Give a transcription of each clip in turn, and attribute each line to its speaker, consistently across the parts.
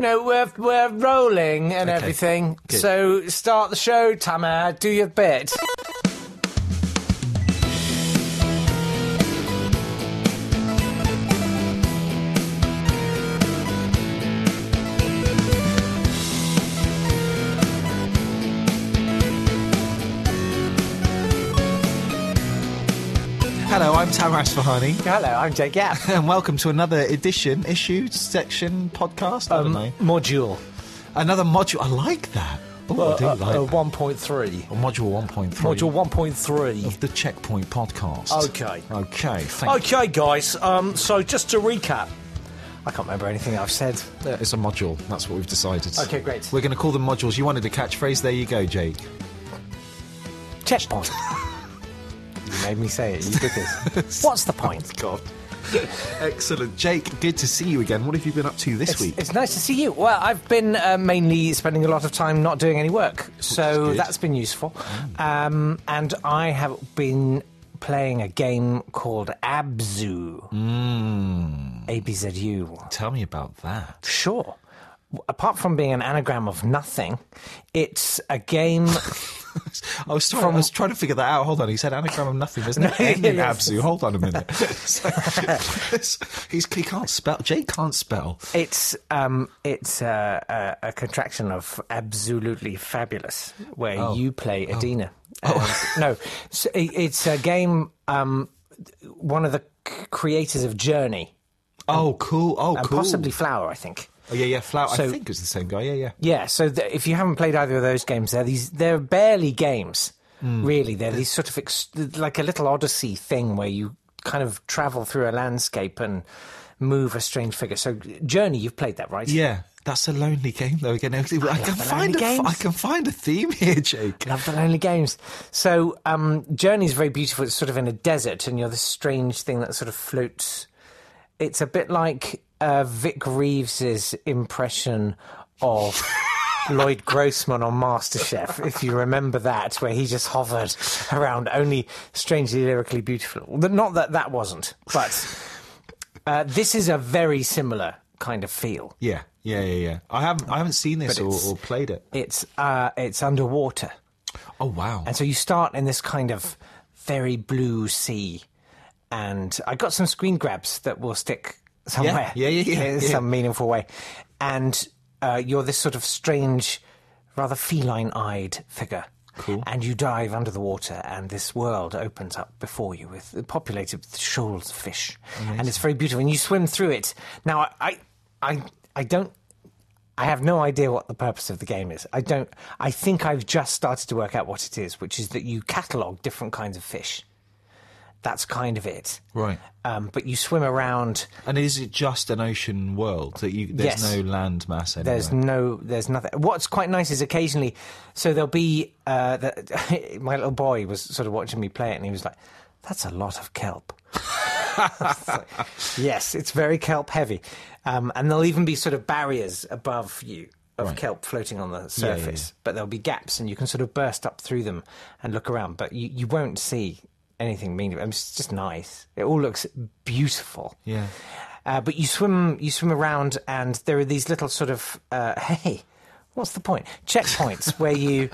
Speaker 1: No, we're we're rolling and
Speaker 2: Okay.
Speaker 1: everything.
Speaker 2: Good.
Speaker 1: So start the show, Tamar. Do your bit.
Speaker 2: Hello, I'm Tam Asfahani,
Speaker 1: Hello, I'm Jake. Yeah.
Speaker 2: and welcome to another edition, issue, section, podcast.
Speaker 1: Um,
Speaker 2: I don't know.
Speaker 1: Module.
Speaker 2: Another module. I like that. Oh, I do
Speaker 1: Uh, uh,
Speaker 2: like
Speaker 1: uh,
Speaker 2: that.
Speaker 1: 1.3.
Speaker 2: module 1.3
Speaker 1: Module 1.3.
Speaker 2: of the Checkpoint podcast.
Speaker 1: Okay.
Speaker 2: Okay, Oh, thank
Speaker 1: Okay, guys. Um, so just to recap, I can't remember anything I've said.
Speaker 2: you. It's a module. That's what we've decided.
Speaker 1: Okay, great.
Speaker 2: We're going to call them modules. You wanted a catchphrase. There you go, Jake.
Speaker 1: Checkpoint. you made me say it. You did this. What's the point?
Speaker 2: God. Excellent. Jake, good to see you again. What have you been up to this
Speaker 1: It's,
Speaker 2: week?
Speaker 1: it's nice to see you. Well, I've been uh, mainly spending a lot of time not doing any work, so
Speaker 2: good.
Speaker 1: that's been useful. Um, and I have been playing a game called Abzu. A B Z U.
Speaker 2: Tell me about that.
Speaker 1: Sure. W- Apart from being an anagram of nothing, it's a game.
Speaker 2: I was, sorry, I was trying to figure that out. Hold on. He said anagram of nothing. There's no
Speaker 1: No,
Speaker 2: N in
Speaker 1: yes.
Speaker 2: Abzu. Hold on a minute. So, he's, he can't spell. Jake can't spell.
Speaker 1: It's um, it's uh, a, a contraction of absolutely fabulous, where you play Adina. And- no, so i- it's a game. Um, one of the c- creators of Journey,
Speaker 2: Oh, cool. Oh,
Speaker 1: and
Speaker 2: cool.
Speaker 1: possibly Flower, I think.
Speaker 2: Oh, yeah, yeah. Flower. I
Speaker 1: So-
Speaker 2: think it was the same guy. Yeah, yeah.
Speaker 1: Yeah. So th- if you haven't played either of those games, they're these they're barely games. Really, they're these sort of ex- like a little odyssey thing where you kind of travel through a landscape and move a strange figure. So Journey, you've played that, right?
Speaker 2: Yeah. That's a lonely game, though. Again, I, can
Speaker 1: the
Speaker 2: find a,
Speaker 1: lonely
Speaker 2: I
Speaker 1: games.
Speaker 2: can find a theme here, Jake.
Speaker 1: Love the Lonely Games. So, um, Journey's very beautiful. It's sort of in a desert, and you're this strange thing that sort of floats. It's a bit like uh, Vic Reeves's impression of Lloyd Grossman on MasterChef, if you remember that, where he just hovered around, only strangely lyrically beautiful. Not that that wasn't, but uh, this is a very similar kind of feel.
Speaker 2: Yeah, yeah, yeah, yeah. I haven't, I haven't seen this or,
Speaker 1: it's-
Speaker 2: or played it.
Speaker 1: It's uh, it's underwater.
Speaker 2: Oh wow!
Speaker 1: And so you start in this kind of very blue sea. And I got some screen grabs that will stick somewhere.
Speaker 2: yeah, yeah, yeah,
Speaker 1: In
Speaker 2: yeah.
Speaker 1: some meaningful way. And uh, you're this sort of strange, rather feline eyed figure. Cool. And you dive under the water, and this world opens up before you, with populated with shoals of fish, and it's very beautiful. And you swim through it. Now, I, I, I, I don't I have no idea what the purpose of the game is. I don't. I think I've just started to work out what it is, which is that you catalogue different kinds of fish. That's kind of it.
Speaker 2: Right.
Speaker 1: Um, but you swim around.
Speaker 2: And is it just an ocean world that you? There's
Speaker 1: Yes.
Speaker 2: no land mass anywhere.
Speaker 1: There's no. There's nothing. What's quite nice is occasionally. So there'll be. Uh, the, my little boy was sort of watching me play it, and he was like, "That's a lot of kelp." Yes, it's very kelp heavy. Um, and there'll even be sort of barriers above you of
Speaker 2: Right.
Speaker 1: kelp floating on the
Speaker 2: yeah,
Speaker 1: surface, but there'll be gaps and you can sort of burst up through them and look around, but you, you won't see anything meaningful. It's just nice. It all looks beautiful.
Speaker 2: Yeah.
Speaker 1: Uh, but you swim, you swim around, and there are these little sort of uh, hey, what's the point? Checkpoints where you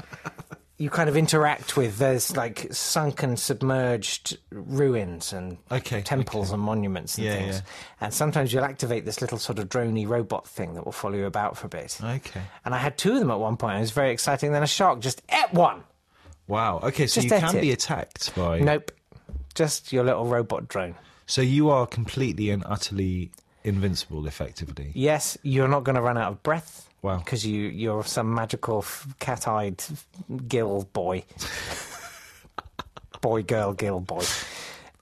Speaker 1: you kind of interact with. There's like sunken, submerged ruins and
Speaker 2: Okay,
Speaker 1: temples and monuments and
Speaker 2: Yeah,
Speaker 1: things.
Speaker 2: yeah.
Speaker 1: And sometimes you'll activate this little sort of droney robot thing that will follow you about for a bit.
Speaker 2: Okay.
Speaker 1: And I had two of them at one point. It was very exciting. Then a shark just ate one.
Speaker 2: Wow. Okay. So
Speaker 1: Just
Speaker 2: you
Speaker 1: ate
Speaker 2: can
Speaker 1: it.
Speaker 2: be attacked by.
Speaker 1: Nope, just your little robot drone.
Speaker 2: So you are completely and utterly invincible, effectively.
Speaker 1: Yes, you're not going to run out of breath.
Speaker 2: Wow.
Speaker 1: Because you, you're some magical f- cat eyed gill boy. boy, girl, gill boy.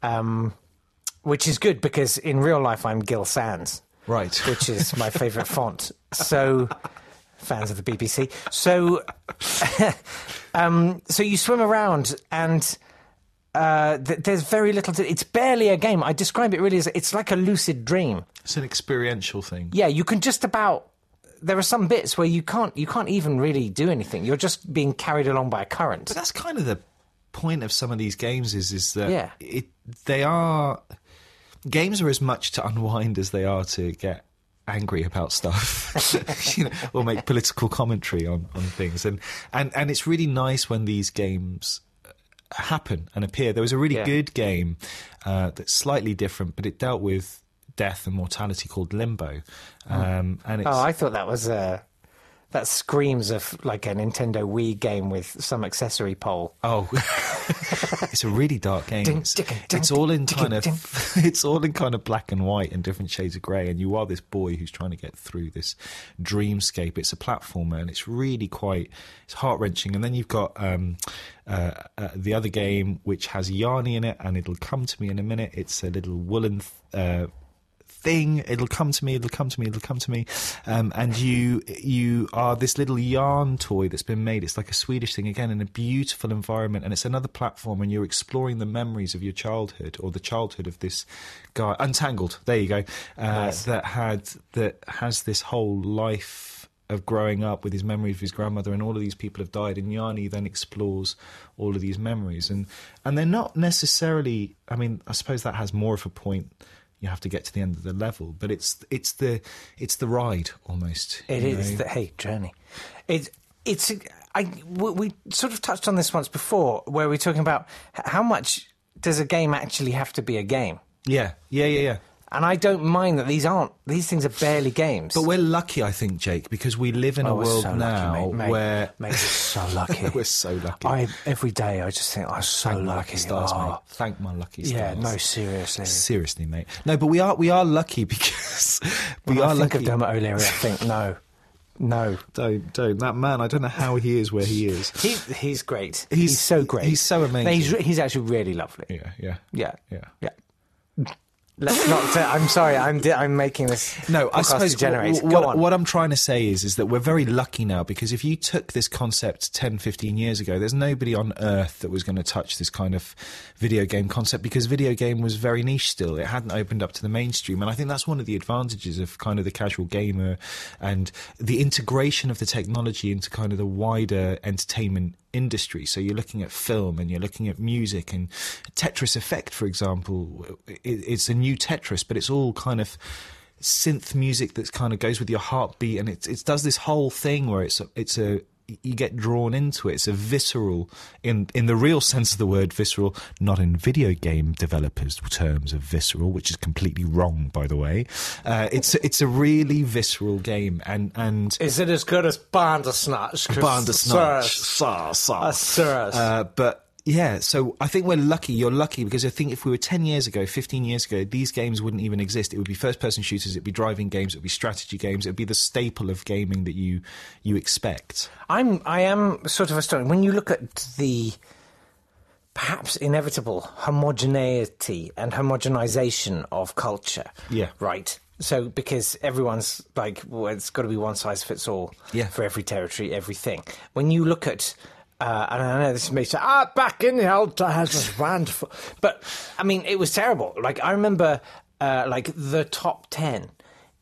Speaker 1: Um, which is good because in real life I'm Gil Sans,
Speaker 2: Right.
Speaker 1: which is my favourite font. So, fans of the BBC. So, um, so you swim around and. Uh, th- there's very little to it's barely a game i describe it really as it's like a lucid dream
Speaker 2: It's an experiential thing.
Speaker 1: yeah, you can just about. There are some bits where you can't you can't even really do anything. You're just being carried along by a current.
Speaker 2: But that's kind of the point of some of these games is is that
Speaker 1: Yeah.
Speaker 2: it they are games are as much to unwind as they are to get angry about stuff, you know, or make political commentary on, on things. And, and and it's really nice when these games uh, happen and appear. There was a really
Speaker 1: Yeah.
Speaker 2: good game uh, that's slightly different, but it dealt with death and mortality called Limbo, um, and it's
Speaker 1: Oh, I thought that was uh That screams of like a Nintendo Wii game with some accessory pole.
Speaker 2: Oh, it's a really dark game.
Speaker 1: Ding,
Speaker 2: it's,
Speaker 1: dickin, ding,
Speaker 2: it's all in
Speaker 1: dickin,
Speaker 2: kind of,
Speaker 1: ding.
Speaker 2: it's all in kind of black and white and different shades of grey, and you are this boy who's trying to get through this dreamscape. It's a platformer, and it's really quite, it's heart wrenching. And then you've got um, uh, uh, the other game which has Yarny in it, and it'll come to me in a minute. It's a little woolen. Th- uh, thing it'll come to me it'll come to me it'll come to me um, and you you are this little yarn toy that's been made it's like a swedish thing again in a beautiful environment and it's another platform and you're exploring the memories of your childhood or the childhood of this guy untangled there you go uh, that had that has this whole life of growing up with his memories of his grandmother and all of these people have died and Yanni then explores all of these memories and and they're not necessarily I mean I suppose that has more of a point you have to get to the end of the level but it's it's the it's the ride almost
Speaker 1: It is the hey journey. It's it's I we, we sort of touched on this once before where we're talking about h- how much does a game actually have to be a game,
Speaker 2: yeah yeah yeah yeah
Speaker 1: and I don't mind that these aren't these things are barely games. Oh,
Speaker 2: but we're lucky I think Jake because we live in a
Speaker 1: we're
Speaker 2: world
Speaker 1: so
Speaker 2: now
Speaker 1: lucky, mate, mate,
Speaker 2: where
Speaker 1: mate, we're so lucky.
Speaker 2: we're so lucky
Speaker 1: I every day I just think oh, I'm so
Speaker 2: Thank my
Speaker 1: lucky.
Speaker 2: lucky stars
Speaker 1: Oh,
Speaker 2: mate thank my lucky stars
Speaker 1: yeah, no, seriously.
Speaker 2: seriously mate no but we are we are lucky because we
Speaker 1: When I
Speaker 2: are
Speaker 1: think
Speaker 2: lucky
Speaker 1: of Dermot O'Leary. I think no, no.
Speaker 2: Don't, don't. That man, I don't know how he is where he is.
Speaker 1: He, he's great. He's,
Speaker 2: He's-
Speaker 1: so great.
Speaker 2: he's so amazing.
Speaker 1: He's, re- he's actually really lovely.
Speaker 2: Yeah, yeah.
Speaker 1: Yeah.
Speaker 2: Yeah.
Speaker 1: Yeah. Let's not. i I'm sorry. I'm di- I'm making this.
Speaker 2: No, I
Speaker 1: podcast
Speaker 2: suppose
Speaker 1: degenerate.
Speaker 2: wh- wh-
Speaker 1: Go
Speaker 2: what,
Speaker 1: on.
Speaker 2: what I'm trying to say is is that we're very lucky now because if you took this concept 10, 15 years ago, there's nobody on earth that was going to touch this kind of video game concept because video game was very niche still. It hadn't opened up to the mainstream. And I think that's one of the advantages of kind of the casual gamer and the integration of the technology into kind of the wider entertainment industry. So you're looking at film and you're looking at music and Tetris Effect, for example. i- It's a new Tetris, but it's all kind of synth music that kind of goes with your heartbeat, and it it does this whole thing where it's a, it's a you get drawn into it. It's a visceral, in in the real sense of the word, visceral. Not in video game developers' terms of visceral, which is completely wrong, by the way. Uh, it's a- it's a really visceral game, and and
Speaker 1: Is it as good as Bandersnatch? 'Cause
Speaker 2: Bandersnatch.
Speaker 1: Sirs,
Speaker 2: Sa, sa.
Speaker 1: uh, sirs.
Speaker 2: Uh, but yeah, so I think we're lucky. You're lucky because I think if we were 10 years ago, 15 years ago, these games wouldn't even exist. It would be first person shooters, it'd be driving games, it'd be strategy games, it'd be the staple of gaming that you you expect.
Speaker 1: I'm I am sort of astonished when you look at the perhaps inevitable homogeneity and homogenization of culture.
Speaker 2: Yeah.
Speaker 1: Right. So because everyone's like well, it's got to be one size fits all
Speaker 2: Yeah.
Speaker 1: for every territory, everything. When you look at uh, and I know this may say, ah, back in the old times, it was wonderful. But I mean, it was terrible. Like I remember, uh, like the top ten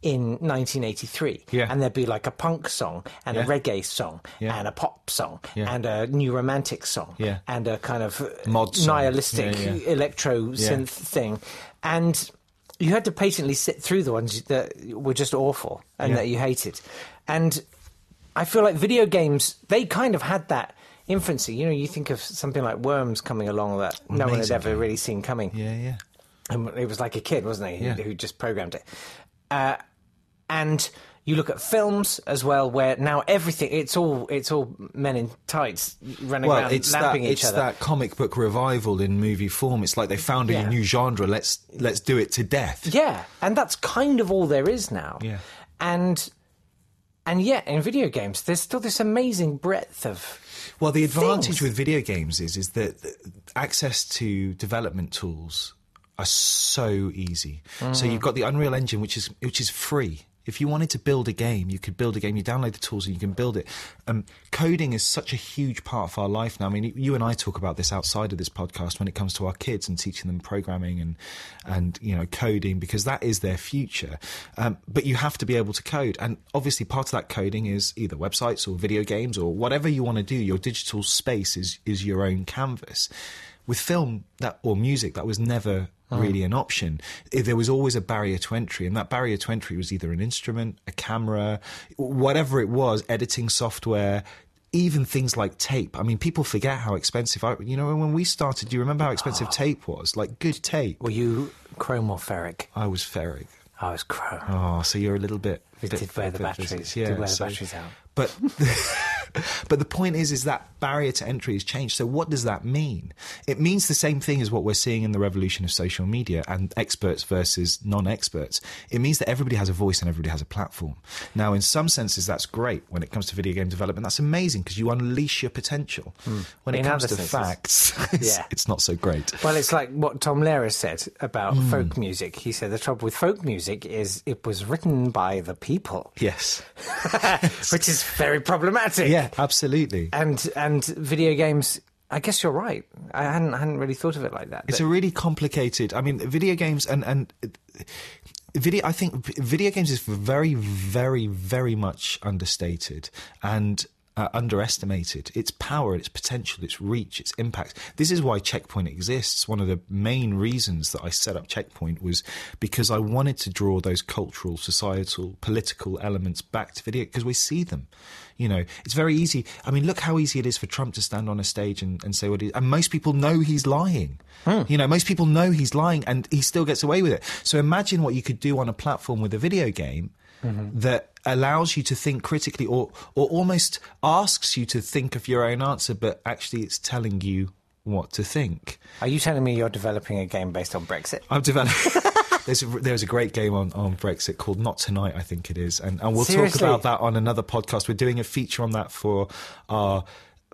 Speaker 1: in 1983,
Speaker 2: Yeah.
Speaker 1: and there'd be like a punk song and a
Speaker 2: Yeah.
Speaker 1: reggae song
Speaker 2: Yeah.
Speaker 1: and a pop song
Speaker 2: Yeah.
Speaker 1: and a new romantic song
Speaker 2: Yeah.
Speaker 1: and a kind of uh,
Speaker 2: Mod song.
Speaker 1: nihilistic
Speaker 2: Yeah, yeah.
Speaker 1: electro synth thing, and you had to patiently sit through the ones that were just awful and
Speaker 2: Yeah.
Speaker 1: that you hated, and I feel like video games they kind of had that. Infancy, you know, you think of something like Worms coming along that no one had
Speaker 2: Amazing
Speaker 1: ever really seen coming.
Speaker 2: Yeah, yeah.
Speaker 1: And it was like a kid, wasn't he, who-
Speaker 2: Yeah.
Speaker 1: who just programmed it. Uh, and you look at films as well, where now everything it's all it's all men in tights running
Speaker 2: Well,
Speaker 1: around
Speaker 2: it's that,
Speaker 1: lapping each
Speaker 2: it's
Speaker 1: other.
Speaker 2: that comic book revival in movie form. It's like they found
Speaker 1: Yeah.
Speaker 2: a new genre. Let's let's do it to death.
Speaker 1: Yeah, and that's kind of all there is now.
Speaker 2: Yeah.
Speaker 1: and and yet in video games, there's still this amazing breadth of
Speaker 2: Well, the advantage
Speaker 1: things.
Speaker 2: with video games is is that th- access to development tools are so easy. So you've got the Unreal Engine, which is which is free. If you wanted to build a game, you could build a game. You download the tools and you can build it. Um, coding is such a huge part of our life now. I mean, you and I talk about this outside of this podcast when it comes to our kids and teaching them programming and and you know coding because that is their future. Um, but you have to be able to code, and obviously part of that coding is either websites or video games or whatever you want to do. Your digital space is is your own canvas. With film that or music, that was never really an option. If There was always a barrier to entry, and that barrier to entry was either an instrument, a camera, whatever it was, editing software. Even things like tape. I mean, people forget how expensive. I, you know, when we started, do you remember how expensive tape was? Like good tape.
Speaker 1: Were you chrome or ferric?
Speaker 2: I was ferric.
Speaker 1: I was chrome.
Speaker 2: Oh, so you're a little bit.
Speaker 1: It
Speaker 2: bit-
Speaker 1: did wear the
Speaker 2: bit-
Speaker 1: batteries.
Speaker 2: bit-
Speaker 1: Did wear the batteries out.
Speaker 2: But but the point is, is that barrier to entry has changed. So what does that mean? It means the same thing as what we're seeing in the revolution of social media and experts versus non-experts. It means that everybody has a voice and everybody has a platform. Now, in some senses, that's great when it comes to video game development. That's amazing because you unleash your potential. When it
Speaker 1: Hmm. In
Speaker 2: comes
Speaker 1: other
Speaker 2: to
Speaker 1: senses,
Speaker 2: facts, it's,
Speaker 1: yeah.
Speaker 2: it's not so great.
Speaker 1: Well, it's like what Tom Lehrer said about
Speaker 2: Hmm.
Speaker 1: folk music. He said the trouble with folk music is it was written by the people,
Speaker 2: Yes.
Speaker 1: which is very problematic.
Speaker 2: Yeah, absolutely.
Speaker 1: And and video games. I guess you're right. I hadn't I hadn't really thought of it like that.
Speaker 2: It's a really complicated. I mean, video games and and uh, video. I think v- video games is very, very, very much understated and. Uh, underestimated its power, its potential, its reach, its impact. This is why Checkpoint exists. One of the main reasons that I set up Checkpoint was because I wanted to draw those cultural, societal, political elements back to video because we see them. You know, it's very easy. I mean, look how easy it is for Trump to stand on a stage and, and say what he and most people know he's lying. You know, most people know he's lying and he still gets away with it. So imagine what you could do on a platform with a video game that allows you to think critically or or almost asks you to think of your own answer, but actually it's telling you what to think.
Speaker 1: Are you telling me you're developing a game based on Brexit?
Speaker 2: I've developed. There's a, there's a great game on, on Brexit called Not Tonight, I think it is, and and we'll
Speaker 1: Seriously?
Speaker 2: talk about that on another podcast. We're doing a feature on that for our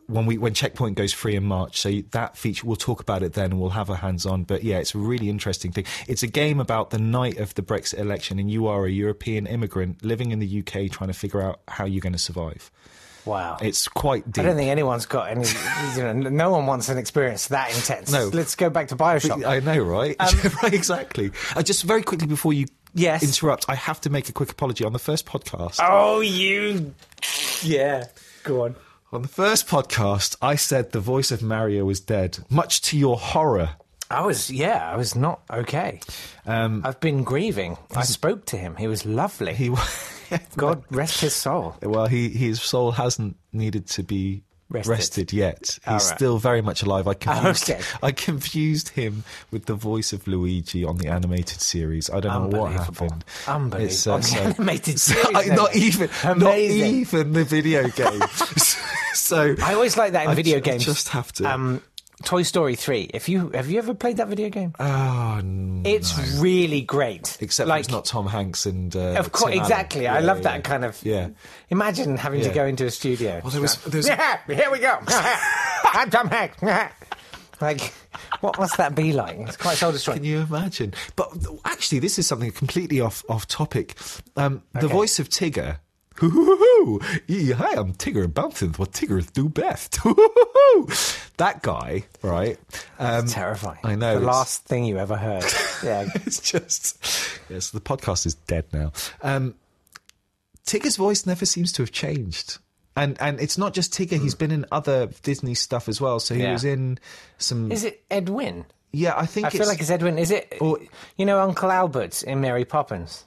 Speaker 2: when we when Checkpoint goes free in March. So that feature we'll talk about it then, and we'll have a hands on. But yeah, it's a really interesting thing. It's a game about the night of the Brexit election, and you are a European immigrant living in the UK trying to figure out how you're going to survive.
Speaker 1: Wow.
Speaker 2: It's quite
Speaker 1: I
Speaker 2: deep.
Speaker 1: don't think anyone's got any. You know, no one wants an experience that intense.
Speaker 2: No. uh,
Speaker 1: Let's go back to Bioshock.
Speaker 2: I know, right? right, exactly. Uh, just very quickly before you
Speaker 1: Um, Yes.
Speaker 2: interrupt, I have to make a quick apology. On the first podcast,
Speaker 1: oh, you. Yeah. Go on.
Speaker 2: on the first podcast, I said the voice of Mario was dead, much to your horror.
Speaker 1: I was, yeah, I was not okay.
Speaker 2: Um,
Speaker 1: I've been grieving. I spoke to him. He was lovely.
Speaker 2: He,
Speaker 1: God rest his soul.
Speaker 2: well, he his soul hasn't needed to be
Speaker 1: Rested.
Speaker 2: rested, yet. He's
Speaker 1: right.
Speaker 2: still very much alive. I confused,
Speaker 1: Okay.
Speaker 2: I confused him with the voice of Luigi on the animated series. I don't know what
Speaker 1: Unbelievable.
Speaker 2: happened.
Speaker 1: Unbelievable.
Speaker 2: It's, uh,
Speaker 1: On the
Speaker 2: so-
Speaker 1: animated
Speaker 2: so-
Speaker 1: series,
Speaker 2: I- not
Speaker 1: though.
Speaker 2: even, not
Speaker 1: Amazing.
Speaker 2: even the video game. so
Speaker 1: I always like that in
Speaker 2: I
Speaker 1: video
Speaker 2: ju-
Speaker 1: games.
Speaker 2: just have to.
Speaker 1: Um, Toy Story Three. If you have you ever played that video game?
Speaker 2: Oh, n-
Speaker 1: it's really great.
Speaker 2: except
Speaker 1: like
Speaker 2: it's not Tom Hanks and uh,
Speaker 1: Of course,
Speaker 2: Tim Allen.
Speaker 1: exactly. I
Speaker 2: Yeah,
Speaker 1: love
Speaker 2: yeah.
Speaker 1: that kind of.
Speaker 2: Yeah.
Speaker 1: Imagine having to
Speaker 2: Yeah.
Speaker 1: go into a studio.
Speaker 2: Well, there was- there was-
Speaker 1: yeah, here we go. I'm Tom Hanks. like, what must that be like? It's quite soul destroying.
Speaker 2: Can you imagine? But th- actually, this is something completely off off topic. Um, The
Speaker 1: Okay.
Speaker 2: voice of Tigger. Hoo-hoo-hoo-hoo. Yee, Hi, I'm Tigger Bouncing. What Tiggers do best. Hoo-hoo-hoo. that guy, right? Um,
Speaker 1: Terrifying.
Speaker 2: I know,
Speaker 1: The
Speaker 2: it's-
Speaker 1: last thing you ever heard. Yeah.
Speaker 2: it's just yes. The podcast is dead now. Um, Tigger's voice never seems to have changed. And and it's not just Tigger. He's been in other Disney stuff as well. So he
Speaker 1: Yeah.
Speaker 2: was in some.
Speaker 1: Is it Edwin?
Speaker 2: yeah, I think
Speaker 1: I
Speaker 2: it's,
Speaker 1: feel like it's Edwin. Is it?
Speaker 2: Or-
Speaker 1: you know Uncle Albert in Mary Poppins?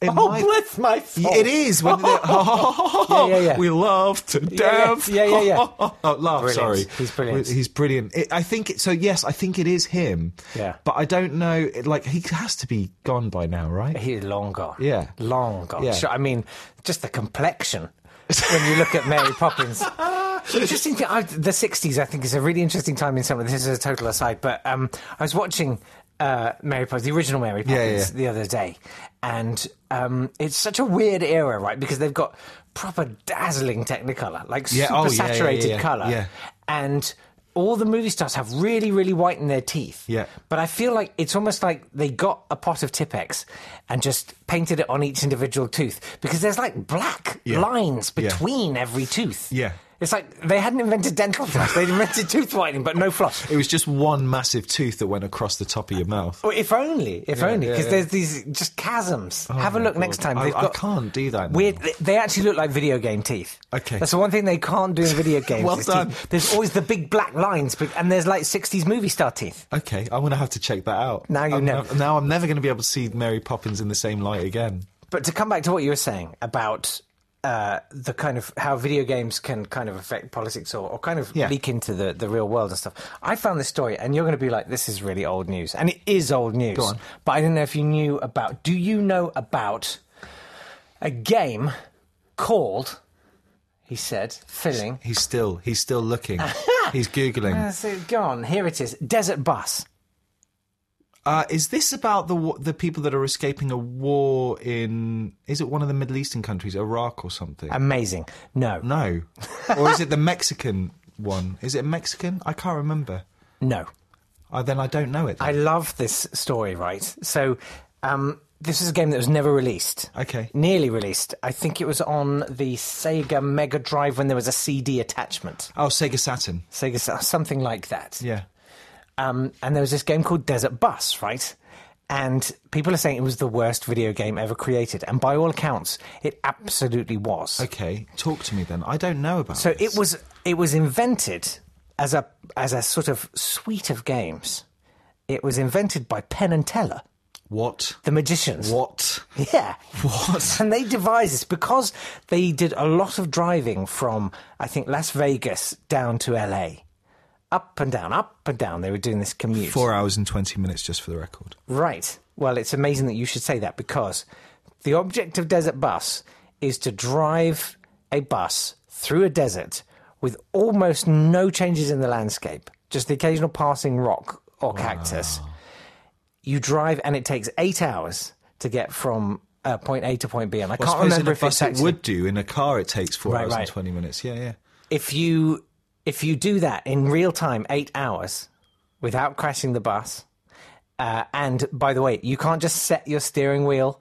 Speaker 2: it
Speaker 1: Oh,
Speaker 2: might-
Speaker 1: bless my soul.
Speaker 2: It is. When they-
Speaker 1: Yeah, yeah, yeah.
Speaker 2: We love to
Speaker 1: yeah.
Speaker 2: dance.
Speaker 1: Yeah, yeah, yeah.
Speaker 2: Oh, laugh,
Speaker 1: Brilliant.
Speaker 2: sorry.
Speaker 1: He's brilliant.
Speaker 2: He's brilliant. It, I think, it, so yes, I think it is him.
Speaker 1: Yeah.
Speaker 2: But I don't know, it, like, he has to be gone by now, right?
Speaker 1: He's long gone.
Speaker 2: Yeah.
Speaker 1: Long gone.
Speaker 2: Yeah.
Speaker 1: Sure, I mean, just the complexion when you look at Mary Poppins. Interesting thing, I, the 60s, I think, is a really interesting time in some of this. is a total aside, but um, I was watching uh, Mary Poppins, the original Mary Poppins,
Speaker 2: yeah, yeah.
Speaker 1: the other day, and um, it's such a weird era, right? Because they've got proper dazzling Technicolor, like
Speaker 2: Yeah,
Speaker 1: super
Speaker 2: oh, yeah, yeah, yeah,
Speaker 1: saturated
Speaker 2: yeah.
Speaker 1: color.
Speaker 2: Yeah.
Speaker 1: And all the movie stars have really, really white in their teeth.
Speaker 2: Yeah.
Speaker 1: But I feel like it's almost like they got a pot of Tippex and just painted it on each individual tooth because there's like black
Speaker 2: Yeah.
Speaker 1: lines between every tooth.
Speaker 2: Yeah.
Speaker 1: It's like they hadn't invented dental floss. They'd invented tooth whitening, but no floss.
Speaker 2: It was just one massive tooth that went across the top of your mouth.
Speaker 1: Well, if only, if only,
Speaker 2: yeah,
Speaker 1: because
Speaker 2: yeah. Oh
Speaker 1: there's these just chasms. Have a
Speaker 2: my
Speaker 1: look next
Speaker 2: God.
Speaker 1: time.
Speaker 2: I-
Speaker 1: They've
Speaker 2: I
Speaker 1: got
Speaker 2: can't do that now.
Speaker 1: Weird. they- They actually look like video game teeth.
Speaker 2: Okay.
Speaker 1: That's the one thing they can't do in video games.
Speaker 2: Well
Speaker 1: is
Speaker 2: done.
Speaker 1: teeth. There's always the big black lines, but, and there's like 60s movie star teeth.
Speaker 2: Okay, I'm gonna have to check that out.
Speaker 1: Now you
Speaker 2: I'm
Speaker 1: know.
Speaker 2: nev- now I'm never gonna be able to see Mary Poppins in the same light again.
Speaker 1: But to come back to what you were saying about uh, the kind of how video games can kind of affect politics or, or kind of
Speaker 2: Yeah.
Speaker 1: leak into the, the real world and stuff, I found this story, and you're going to be like, this is really old news. And it is old news.
Speaker 2: on.
Speaker 1: But I don't know if you knew about. Do you know about a game called, he said, filling.
Speaker 2: He's still he's still looking. he's googling.
Speaker 1: That's it, gone. Here it is Desert Bus.
Speaker 2: Uh, is this about the wa- the people that are escaping a war in? Is it one of the Middle Eastern countries, Iraq or something?
Speaker 1: Amazing. No, no.
Speaker 2: no, or is it the Mexican one? Is it Mexican? I can't remember. Uh, then I don't know it. then.
Speaker 1: I love this story, right? So, um, this is a game that was never released.
Speaker 2: Okay.
Speaker 1: Nearly released. I think it was on the Sega Mega Drive when there was a CD attachment.
Speaker 2: oh, Sega Saturn.
Speaker 1: Sega, something like that.
Speaker 2: Yeah.
Speaker 1: Um, and there was this game called Desert Bus, right? And people are saying it was the worst video game ever created. And by all accounts, it absolutely was.
Speaker 2: Okay. Talk to me then. I don't know about.
Speaker 1: So
Speaker 2: this.
Speaker 1: it was it was invented as a as a sort of suite of games. It was invented by Penn and Teller,
Speaker 2: what?
Speaker 1: the magicians.
Speaker 2: What?
Speaker 1: Yeah.
Speaker 2: What?
Speaker 1: And they devised this because they did a lot of driving from I think Las Vegas down to LA. Up and down, up and down. They were doing this commute.
Speaker 2: Four hours and twenty minutes, just for the record.
Speaker 1: Right. Well, it's amazing that you should say that because the object of Desert Bus is to drive a bus through a desert with almost no changes in the landscape, just the occasional passing rock or cactus. You drive, and it takes eight hours to get from uh, point A to point B. And I
Speaker 2: I
Speaker 1: can't
Speaker 2: suppose
Speaker 1: remember
Speaker 2: in a
Speaker 1: if it's
Speaker 2: bus it
Speaker 1: actually
Speaker 2: would do. In a car, it takes four
Speaker 1: Right,
Speaker 2: hours
Speaker 1: right.
Speaker 2: and twenty minutes. Yeah, yeah.
Speaker 1: if you if you do that in real time, eight hours, without crashing the bus, uh, and by the way, you can't just set your steering wheel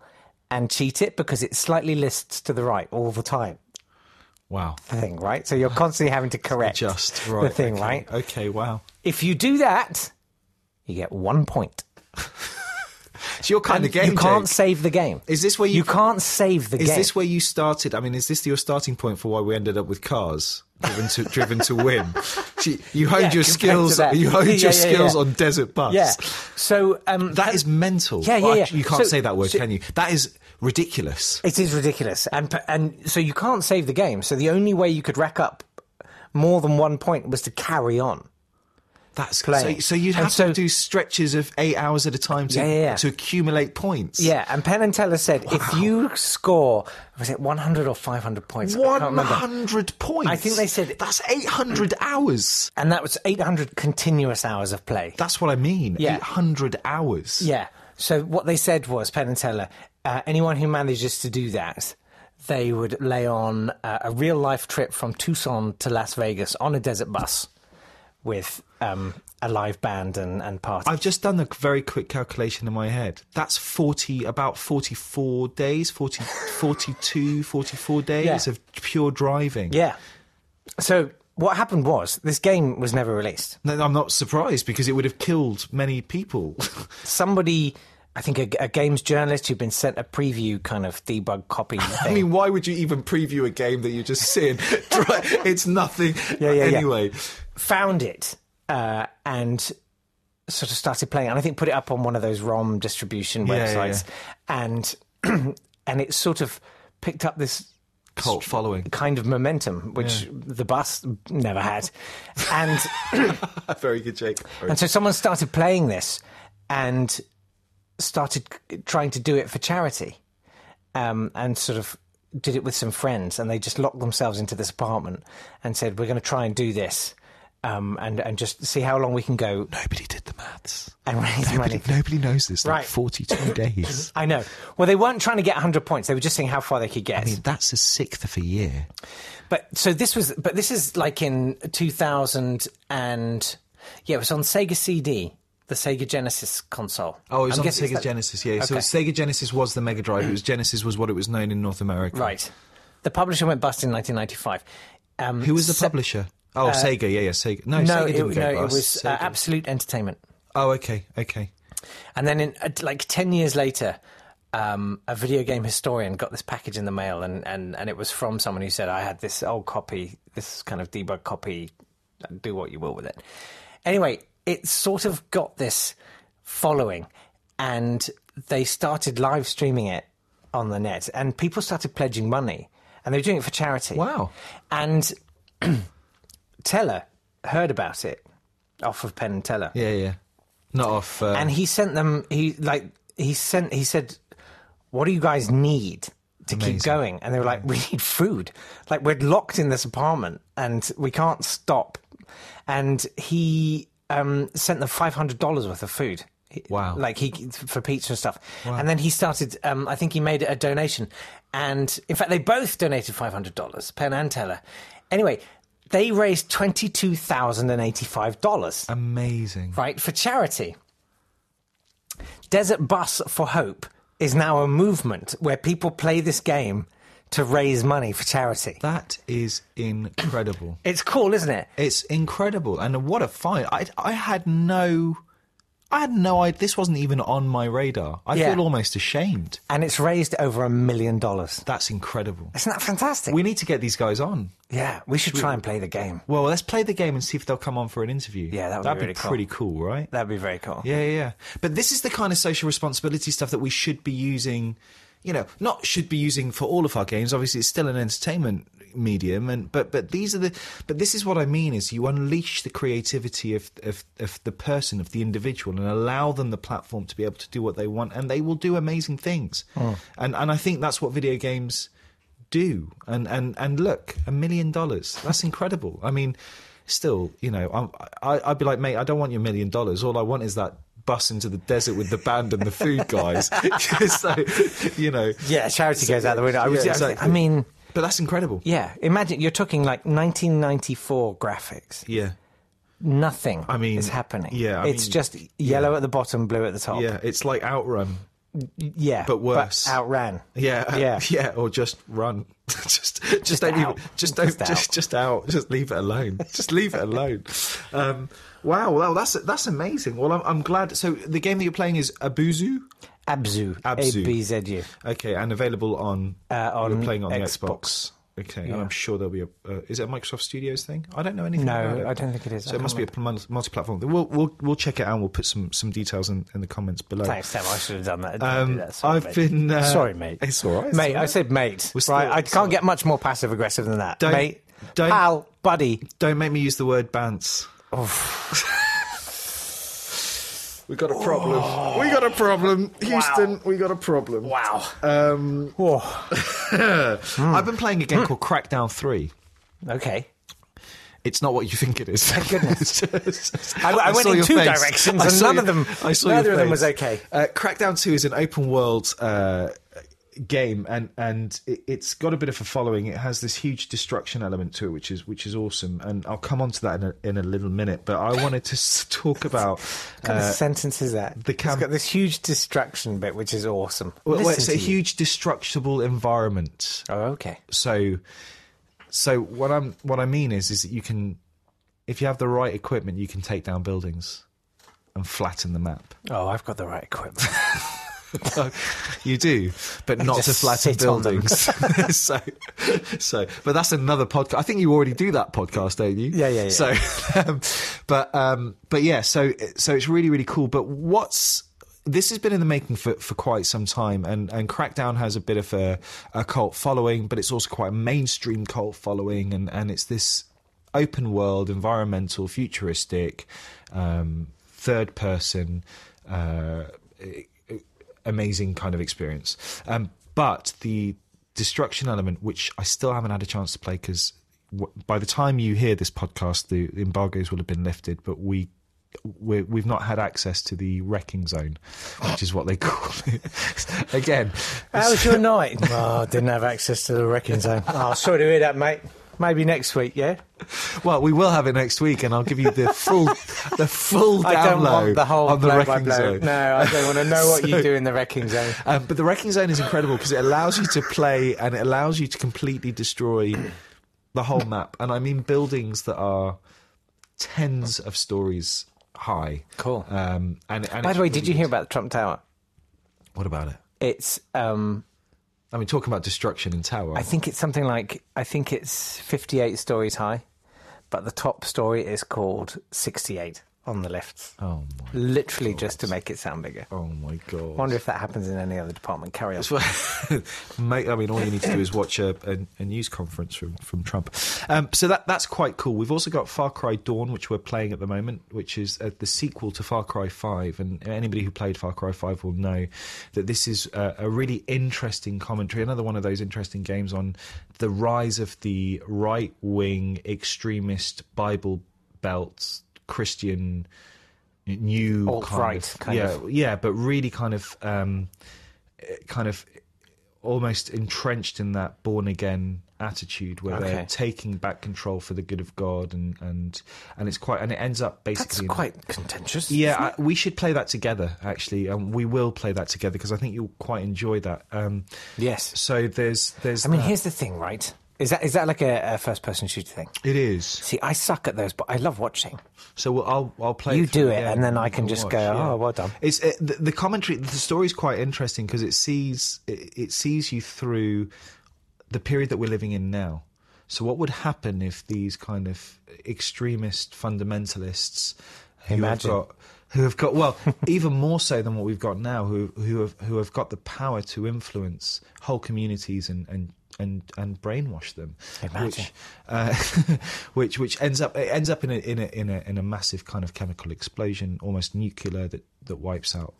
Speaker 1: and cheat it because it slightly lists to the right all the time.
Speaker 2: Wow.
Speaker 1: Thing right, so you're constantly having to correct
Speaker 2: Just right.
Speaker 1: the thing
Speaker 2: okay.
Speaker 1: right.
Speaker 2: Okay. Wow.
Speaker 1: If you do that, you get one point.
Speaker 2: It's your kind of game.
Speaker 1: you can't
Speaker 2: Jake.
Speaker 1: save the game.
Speaker 2: Is this where you?
Speaker 1: you can't save the
Speaker 2: is
Speaker 1: game.
Speaker 2: this where you started? I mean, is this your starting point for why we ended up with cars driven to driven to win? See, You
Speaker 1: Yeah,
Speaker 2: honed your
Speaker 1: compared to
Speaker 2: skills.
Speaker 1: that.
Speaker 2: You honed
Speaker 1: Yeah,
Speaker 2: your
Speaker 1: yeah, yeah,
Speaker 2: skills
Speaker 1: yeah.
Speaker 2: on desert bus.
Speaker 1: yeah. So um,
Speaker 2: That is mental.
Speaker 1: Yeah, yeah,
Speaker 2: Well,
Speaker 1: yeah.
Speaker 2: actually, You can't
Speaker 1: So-
Speaker 2: say that word,
Speaker 1: so-
Speaker 2: can you? That is ridiculous.
Speaker 1: It is ridiculous, and and so you can't save the game. So the only way you could rack up more than one point was to carry on.
Speaker 2: That's so,
Speaker 1: playing.
Speaker 2: so you'd
Speaker 1: And
Speaker 2: have
Speaker 1: so-
Speaker 2: to do stretches of eight hours at a time to
Speaker 1: Yeah, yeah, yeah.
Speaker 2: to accumulate points.
Speaker 1: Yeah, and Penn and Teller said if you score was it 100 or 500 points? I can't
Speaker 2: One
Speaker 1: remember.
Speaker 2: hundred points.
Speaker 1: I think they said-
Speaker 2: that's eight hundred hours.
Speaker 1: And that was 800 continuous hours of play.
Speaker 2: That's what I mean.
Speaker 1: Yeah.
Speaker 2: Eight hundred hours.
Speaker 1: Yeah. So what they said was Penn and Teller, uh, anyone who manages to do that, they would lay on uh, a real life trip from Tucson to Las Vegas on a desert bus with um, a live band and and party.
Speaker 2: I've just done a very quick calculation in my head. That's 40, about 44 days, 40, 42, 44 days
Speaker 1: Yeah.
Speaker 2: of pure driving.
Speaker 1: Yeah. So what happened was this game was never released.
Speaker 2: No, I'm not surprised because it would have killed many people.
Speaker 1: Somebody, I think a, a games journalist who'd been sent a preview kind of debug copy thing.
Speaker 2: I mean, why would you even preview a game that you're just seeing? Dri- it's nothing.
Speaker 1: Yeah, yeah, yeah.
Speaker 2: anyway,
Speaker 1: found it uh, and sort of started playing, it. and I think put it up on one of those ROM distribution
Speaker 2: Yeah, yeah,
Speaker 1: websites, and and it sort of picked up this
Speaker 2: cult following.
Speaker 1: kind of momentum which the bus never had, and.
Speaker 2: very good, Jake. Very
Speaker 1: And so someone started playing this and started c- trying to do it for charity um, and sort of did it with some friends. And they just locked themselves into this apartment and said, We're going to try and do this um, and, and just see how long we can go
Speaker 2: Nobody did the maths.
Speaker 1: and raise money.
Speaker 2: Nobody, nobody knows this. Like
Speaker 1: Right.
Speaker 2: 42 days.
Speaker 1: I know. Well, they weren't trying to get 100 points. They were just seeing how far they could get.
Speaker 2: I mean, that's a sixth of a year.
Speaker 1: But so this was, but this is like in 2000 and yeah, it was on Sega CD, the Sega Genesis console.
Speaker 2: Oh, it was
Speaker 1: I'm
Speaker 2: on
Speaker 1: guessing
Speaker 2: Sega
Speaker 1: it's that-
Speaker 2: Genesis, yeah. So
Speaker 1: Okay.
Speaker 2: Sega Genesis was the Mega Drive. It was Genesis was what it was known in North America.
Speaker 1: Right. The publisher went bust in 1995. Um,
Speaker 2: Who was the
Speaker 1: Se- Uh,
Speaker 2: publisher? Oh, Sega. Yeah, yeah, Sega. No,
Speaker 1: No,
Speaker 2: Sega
Speaker 1: it,
Speaker 2: didn't go
Speaker 1: no, it
Speaker 2: bust.
Speaker 1: was uh,
Speaker 2: Sega-
Speaker 1: Absolute Entertainment.
Speaker 2: oh, okay, okay.
Speaker 1: And then, in, uh, like ten years later, um, a video game historian got this package in the mail, and, and, and it was from someone who said, "I had this old copy, this kind of debug copy. Do what you will with it." Anyway, it sort of got this following, and they started live streaming it on the net, and people started pledging money, and they were doing it for charity.
Speaker 2: Wow.
Speaker 1: And Teller heard about it off of Penn and Teller
Speaker 2: Yeah, yeah. Not off. Uh,
Speaker 1: and he sent them he like he sent he said what do you guys need to keep going and they were like we need food like we're locked in this apartment and we can't stop and he um, sent them $500 worth of food He-
Speaker 2: Wow.
Speaker 1: like he for pizza and stuff and then he started um, i think he made a donation and in fact they both donated $500 penn and teller anyway they raised $22085
Speaker 2: amazing.
Speaker 1: right, for charity. Desert Bus for Hope is now a movement where people play this game to raise money for charity.
Speaker 2: That is incredible.
Speaker 1: It's cool, isn't it?
Speaker 2: It's incredible, and what a find! I I had no, I had no idea. This wasn't even on my radar. I
Speaker 1: Yeah.
Speaker 2: feel almost ashamed.
Speaker 1: And it's raised over a million dollars.
Speaker 2: That's incredible.
Speaker 1: Isn't that fantastic?
Speaker 2: We need to get these guys on.
Speaker 1: yeah, we should try and play the game.
Speaker 2: Well, let's play the game and see if they'll come on for an interview.
Speaker 1: Yeah, that would be
Speaker 2: that'd
Speaker 1: really cool.
Speaker 2: pretty cool, right?
Speaker 1: That'd be very cool.
Speaker 2: Yeah, yeah, yeah. But this is the kind of social responsibility stuff that we should be using. You know, not should be using for all of our games. Obviously, it's still an entertainment medium, and but but these are the but this is what I mean is you unleash the creativity of of, of the person of the individual and allow them the platform to be able to do what they want, and they will do amazing things.
Speaker 1: Oh.
Speaker 2: And and I think that's what video games do and and and look a million dollars that's incredible i mean still you know I'm, I, i'd be like mate i don't want your million dollars all i want is that bus into the desert with the band and the food guys so you know
Speaker 1: Yeah, charity goes out the window. I, was,
Speaker 2: Yeah,
Speaker 1: I was-
Speaker 2: exactly.
Speaker 1: I mean,
Speaker 2: but that's incredible
Speaker 1: yeah, imagine you're talking like 1994 graphics.
Speaker 2: yeah
Speaker 1: Nothing I
Speaker 2: mean,
Speaker 1: is happening.
Speaker 2: yeah, I
Speaker 1: it's
Speaker 2: mean,
Speaker 1: just yellow at the bottom, blue at the top.
Speaker 2: yeah it's like outrun
Speaker 1: yeah
Speaker 2: but worse.
Speaker 1: outran.
Speaker 2: yeah
Speaker 1: Yeah.
Speaker 2: yeah or just run just just, don't
Speaker 1: out.
Speaker 2: even just don't
Speaker 1: Just out.
Speaker 2: just just, out just leave it alone just leave it alone um wow well that's that's amazing well i'm, I'm glad so the game that you're playing is abuzu
Speaker 1: Abzu.
Speaker 2: Abzu.
Speaker 1: A-B-Z-U.
Speaker 2: Okay, and available on
Speaker 1: Uh, on
Speaker 2: you're playing on
Speaker 1: Xbox.
Speaker 2: the Xbox. Okay, and I'm sure there'll be a. Uh, is it a Microsoft Studios thing? I don't know anything.
Speaker 1: No,
Speaker 2: about it.
Speaker 1: I don't think it is.
Speaker 2: So
Speaker 1: I
Speaker 2: it must be a
Speaker 1: can't
Speaker 2: pl- multi-platform. thing. We'll we'll we'll check it out. and We'll put some some details in, in the comments below.
Speaker 1: Thanks, Sam. I should have done that. I didn't do
Speaker 2: Um,
Speaker 1: that. Sorry,
Speaker 2: I've
Speaker 1: mate.
Speaker 2: been uh,
Speaker 1: Sorry, mate.
Speaker 2: It's all right, it's
Speaker 1: mate.
Speaker 2: all
Speaker 1: I
Speaker 2: right.
Speaker 1: said, mate.
Speaker 2: We're still-
Speaker 1: right? I
Speaker 2: it's
Speaker 1: can't get much more passive aggressive than that,
Speaker 2: Don't-
Speaker 1: mate.
Speaker 2: don't-
Speaker 1: Pal, buddy.
Speaker 2: Don't make me use the word bants. we got a problem. We got a problem, Houston. We got a problem.
Speaker 1: Oh. Wow. Hmm.
Speaker 2: Um,
Speaker 1: Whoa.
Speaker 2: I've been playing a game called Crackdown Three.
Speaker 1: Okay.
Speaker 2: It's not what you think it is. Goodness.
Speaker 1: I, I went in two directions, and none of them.
Speaker 2: I saw
Speaker 1: neither
Speaker 2: your
Speaker 1: of them
Speaker 2: face.
Speaker 1: was okay.
Speaker 2: Uh, Crackdown Two is an open world uh, game, and and it, it's got a bit of a following. It has this huge destruction element to it, which is which is awesome. And I'll come on to that in a, in a little minute. But I wanted to s- talk about. uh,
Speaker 1: What kind of sentence is that?
Speaker 2: the cam-
Speaker 1: it's got this huge distraction bit, which is awesome.
Speaker 2: Well, well,
Speaker 1: Listen
Speaker 2: it's
Speaker 1: to
Speaker 2: a
Speaker 1: you.
Speaker 2: huge destructible environment.
Speaker 1: Oh, okay.
Speaker 2: so so what i'm what i mean is is that you can if you have the right equipment you can take down buildings and flatten the map
Speaker 1: Oh, I've got the right equipment.
Speaker 2: you do but not to
Speaker 1: just
Speaker 2: flatten
Speaker 1: sit on them.
Speaker 2: buildings so so but that's another podcast i think you already do that podcast don't you
Speaker 1: Yeah, yeah, yeah.
Speaker 2: so um, but um but yeah so so it's really really cool but what's this has been in the making for, for quite some time and, and crackdown has a bit of a, a cult following but it's also quite a mainstream cult following and, and it's this open world environmental futuristic um, third person uh, amazing kind of experience. Um, but the destruction element, which I still haven't had a chance to play because w- by the time you hear this podcast, the, the embargoes will have been lifted. But we we're, we've not had access to the wrecking zone, which is what they call it. Again,
Speaker 1: How was your night? oh, didn't have access to the wrecking zone. Oh, sorry to hear that, mate. Maybe next week, yeah?
Speaker 2: well, we will have it next week, and I'll give you the full the full download
Speaker 1: I don't want the whole
Speaker 2: on the
Speaker 1: blow by
Speaker 2: wrecking
Speaker 1: blow.
Speaker 2: zone.
Speaker 1: No, I don't want to know what you do in the wrecking zone.
Speaker 2: Um, but the Wrecking Zone is incredible because it allows you to play and it allows you to completely destroy the whole map, and I mean buildings that are tens of stories high.
Speaker 1: Cool.
Speaker 2: Um, and, and
Speaker 1: By
Speaker 2: it's
Speaker 1: the way,
Speaker 2: really-
Speaker 1: did you hear about the Trump Tower?
Speaker 2: what about it?
Speaker 1: It's, um,
Speaker 2: I mean, talking about destruction in tower.
Speaker 1: I think it's something like, I think it's 58 stories high, but the top story is called 68 on the lifts.
Speaker 2: oh my!
Speaker 1: Literally just to make it sound bigger.
Speaker 2: Oh my god!
Speaker 1: wonder if that happens in any other department. Carry on.
Speaker 2: Mate, I mean, all you need to do is watch a, a, a news conference from, from Trump. Um, so that that's quite cool. We've also got Far Cry Dawn, which we're playing at the moment, which is uh, the sequel to Far Cry 5. And anybody who played Far Cry 5 will know that this is a, a really interesting commentary, another one of those interesting games on the rise of the right wing extremist Bible belt Christian new
Speaker 1: Alt-right kind
Speaker 2: yeah,
Speaker 1: of.
Speaker 2: yeah, but really kind of um, eh, kind of almost entrenched in that born again attitude where they're
Speaker 1: Okay.
Speaker 2: taking back control for the good of God and and and it's quite and it ends up
Speaker 1: That's
Speaker 2: basically in-
Speaker 1: quite contentious.
Speaker 2: yeah, I, we should play that together actually, and we will play that together because I think you'll quite enjoy that. Um,
Speaker 1: Yes.
Speaker 2: so there's there's
Speaker 1: I mean,
Speaker 2: that.
Speaker 1: here's the thing, right? Is that is that like a, a first person shooter thing?
Speaker 2: it is.
Speaker 1: See, I suck at those, but I love watching.
Speaker 2: So we'll, I'll I'll play.
Speaker 1: You
Speaker 2: it through
Speaker 1: do it,
Speaker 2: again
Speaker 1: and then I can just go, "Oh, well done."
Speaker 2: It's it, the, the commentary. The story's quite interesting because it sees it, it sees you through the period that we're living in now. So what would happen if these kind of extremist fundamentalists who
Speaker 1: Imagine.
Speaker 2: have got who have got well even more so than what we've got now who who have who have got the power to influence whole communities and and and, and brainwash them,
Speaker 1: Imagine.
Speaker 2: which uh, which which ends up it ends up in a in a in a in a massive kind of chemical explosion, almost nuclear that that wipes out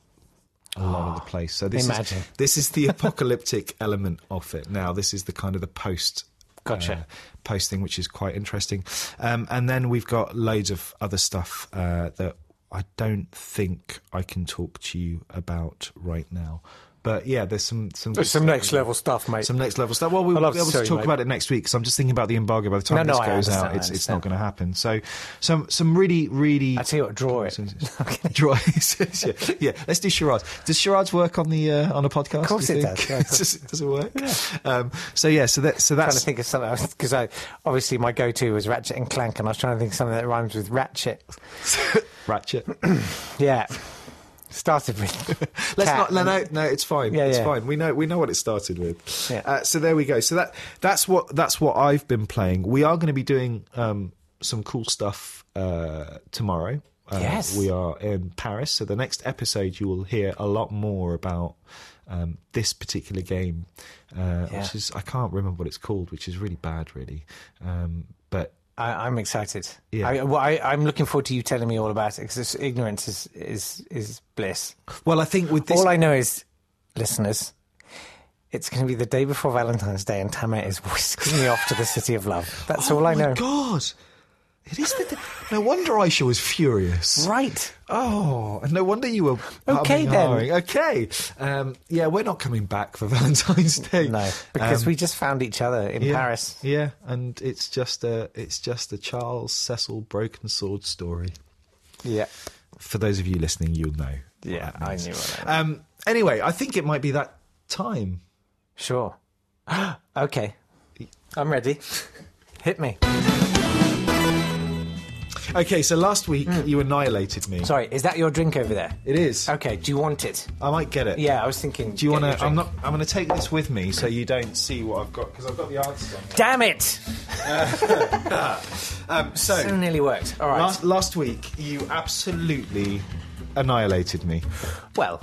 Speaker 2: a lot of the place. So this
Speaker 1: Imagine.
Speaker 2: is this is the apocalyptic element of it. Now this is the kind of the post
Speaker 1: Gotcha.
Speaker 2: uh, post thing, which is quite interesting. Um, and then we've got loads of other stuff uh, that I don't think I can talk to you about right now. But yeah, there's some some good stuff.
Speaker 1: level stuff, mate.
Speaker 2: Some next level stuff. Well, we'll
Speaker 1: I'd love
Speaker 2: be
Speaker 1: to
Speaker 2: able to
Speaker 1: tell you,
Speaker 2: talk
Speaker 1: mate.
Speaker 2: about it next week because I'm just thinking about the embargo. By the time
Speaker 1: No, no,
Speaker 2: this
Speaker 1: I
Speaker 2: goes
Speaker 1: understand,
Speaker 2: out,
Speaker 1: I
Speaker 2: it's, it's
Speaker 1: understand.
Speaker 2: not going to happen. So, some some really really.
Speaker 1: I tell you what, draw it.
Speaker 2: Draw- yeah, yeah, let's do charades. Does charades work on the uh, on a podcast? Of
Speaker 1: course it does, yeah, of course.
Speaker 2: does, does it work? Um, so yeah, so that so
Speaker 1: trying to
Speaker 2: that's
Speaker 1: think of something because I obviously my go-to was Ratchet and Clank, and I was trying to think of something that rhymes with Ratchet.
Speaker 2: ratchet.
Speaker 1: Yeah, started with.
Speaker 2: Let's
Speaker 1: cat
Speaker 2: not. No,
Speaker 1: and-
Speaker 2: no, no. It's fine.
Speaker 1: Yeah,
Speaker 2: it's
Speaker 1: yeah.
Speaker 2: fine. We know. We know what it started with.
Speaker 1: Yeah.
Speaker 2: Uh, so there we go. So that that's what that's what I've been playing. We are going to be doing um, some cool stuff uh, tomorrow. Uh,
Speaker 1: Yes.
Speaker 2: We are in Paris. So the next episode, you will hear a lot more about um, this particular game, uh,
Speaker 1: Yeah.
Speaker 2: which is I can't remember what it's called, which is really bad, really. Um, but
Speaker 1: I, I'm excited.
Speaker 2: Yeah.
Speaker 1: I, well, I, I'm looking forward to you telling me all about it because ignorance is is is bliss.
Speaker 2: well, I think with this,
Speaker 1: All I know is, listeners, it's going to be the day before Valentine's Day, and Tamer is whisking me off to the city of love. That's all I
Speaker 2: my
Speaker 1: know.
Speaker 2: God. It is the. No wonder Aisha was furious.
Speaker 1: Right.
Speaker 2: Oh, no wonder you were
Speaker 1: Okay,
Speaker 2: humming,
Speaker 1: then.
Speaker 2: hawing. Okay, um, yeah, we're not coming back for Valentine's Day. Um,
Speaker 1: No, because we just found each other in
Speaker 2: yeah,
Speaker 1: Paris.
Speaker 2: Yeah, and it's just a it's just a Charles Cecil broken sword story.
Speaker 1: Yeah.
Speaker 2: For those of you listening, you'll know. what
Speaker 1: Yeah,
Speaker 2: that
Speaker 1: I
Speaker 2: means.
Speaker 1: knew what that
Speaker 2: Um, anyway, I think it might be that time.
Speaker 1: Sure. okay. I'm ready. Hit me.
Speaker 2: Okay, so last week
Speaker 1: Hmm.
Speaker 2: you annihilated me.
Speaker 1: Sorry, is that your drink over there?
Speaker 2: It is.
Speaker 1: Okay, do you want it?
Speaker 2: I might get it.
Speaker 1: Uh, Yeah, I was thinking.
Speaker 2: Do you
Speaker 1: get
Speaker 2: want
Speaker 1: your
Speaker 2: to?
Speaker 1: drink.
Speaker 2: I'm not. I'm going to take this with me so you don't see what I've got because I've got the answers. on here.
Speaker 1: Damn it!
Speaker 2: Um, so,
Speaker 1: So nearly worked. All right.
Speaker 2: Last, last week, you absolutely annihilated me.
Speaker 1: Well,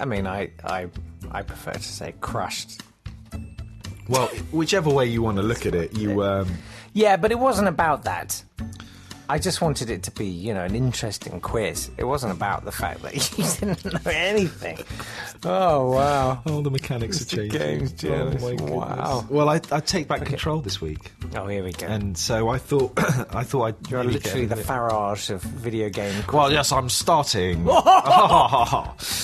Speaker 1: I mean, I, I, I prefer to say crushed.
Speaker 2: Well, whichever way you want to look at it, you. Um,
Speaker 1: Yeah, but it wasn't about that. I just wanted it to be, you know, an interesting quiz. It wasn't about the fact that you didn't know anything. Oh wow!
Speaker 2: oh, the mechanics are Oh
Speaker 1: changing. game's jealous. Wow.
Speaker 2: Well, I, I take back control this week,
Speaker 1: Oh, here we go.
Speaker 2: and so I thought, I thought I'd.
Speaker 1: You're
Speaker 2: really
Speaker 1: literally the
Speaker 2: get-
Speaker 1: Farage of video game.
Speaker 2: well, yes, I'm starting.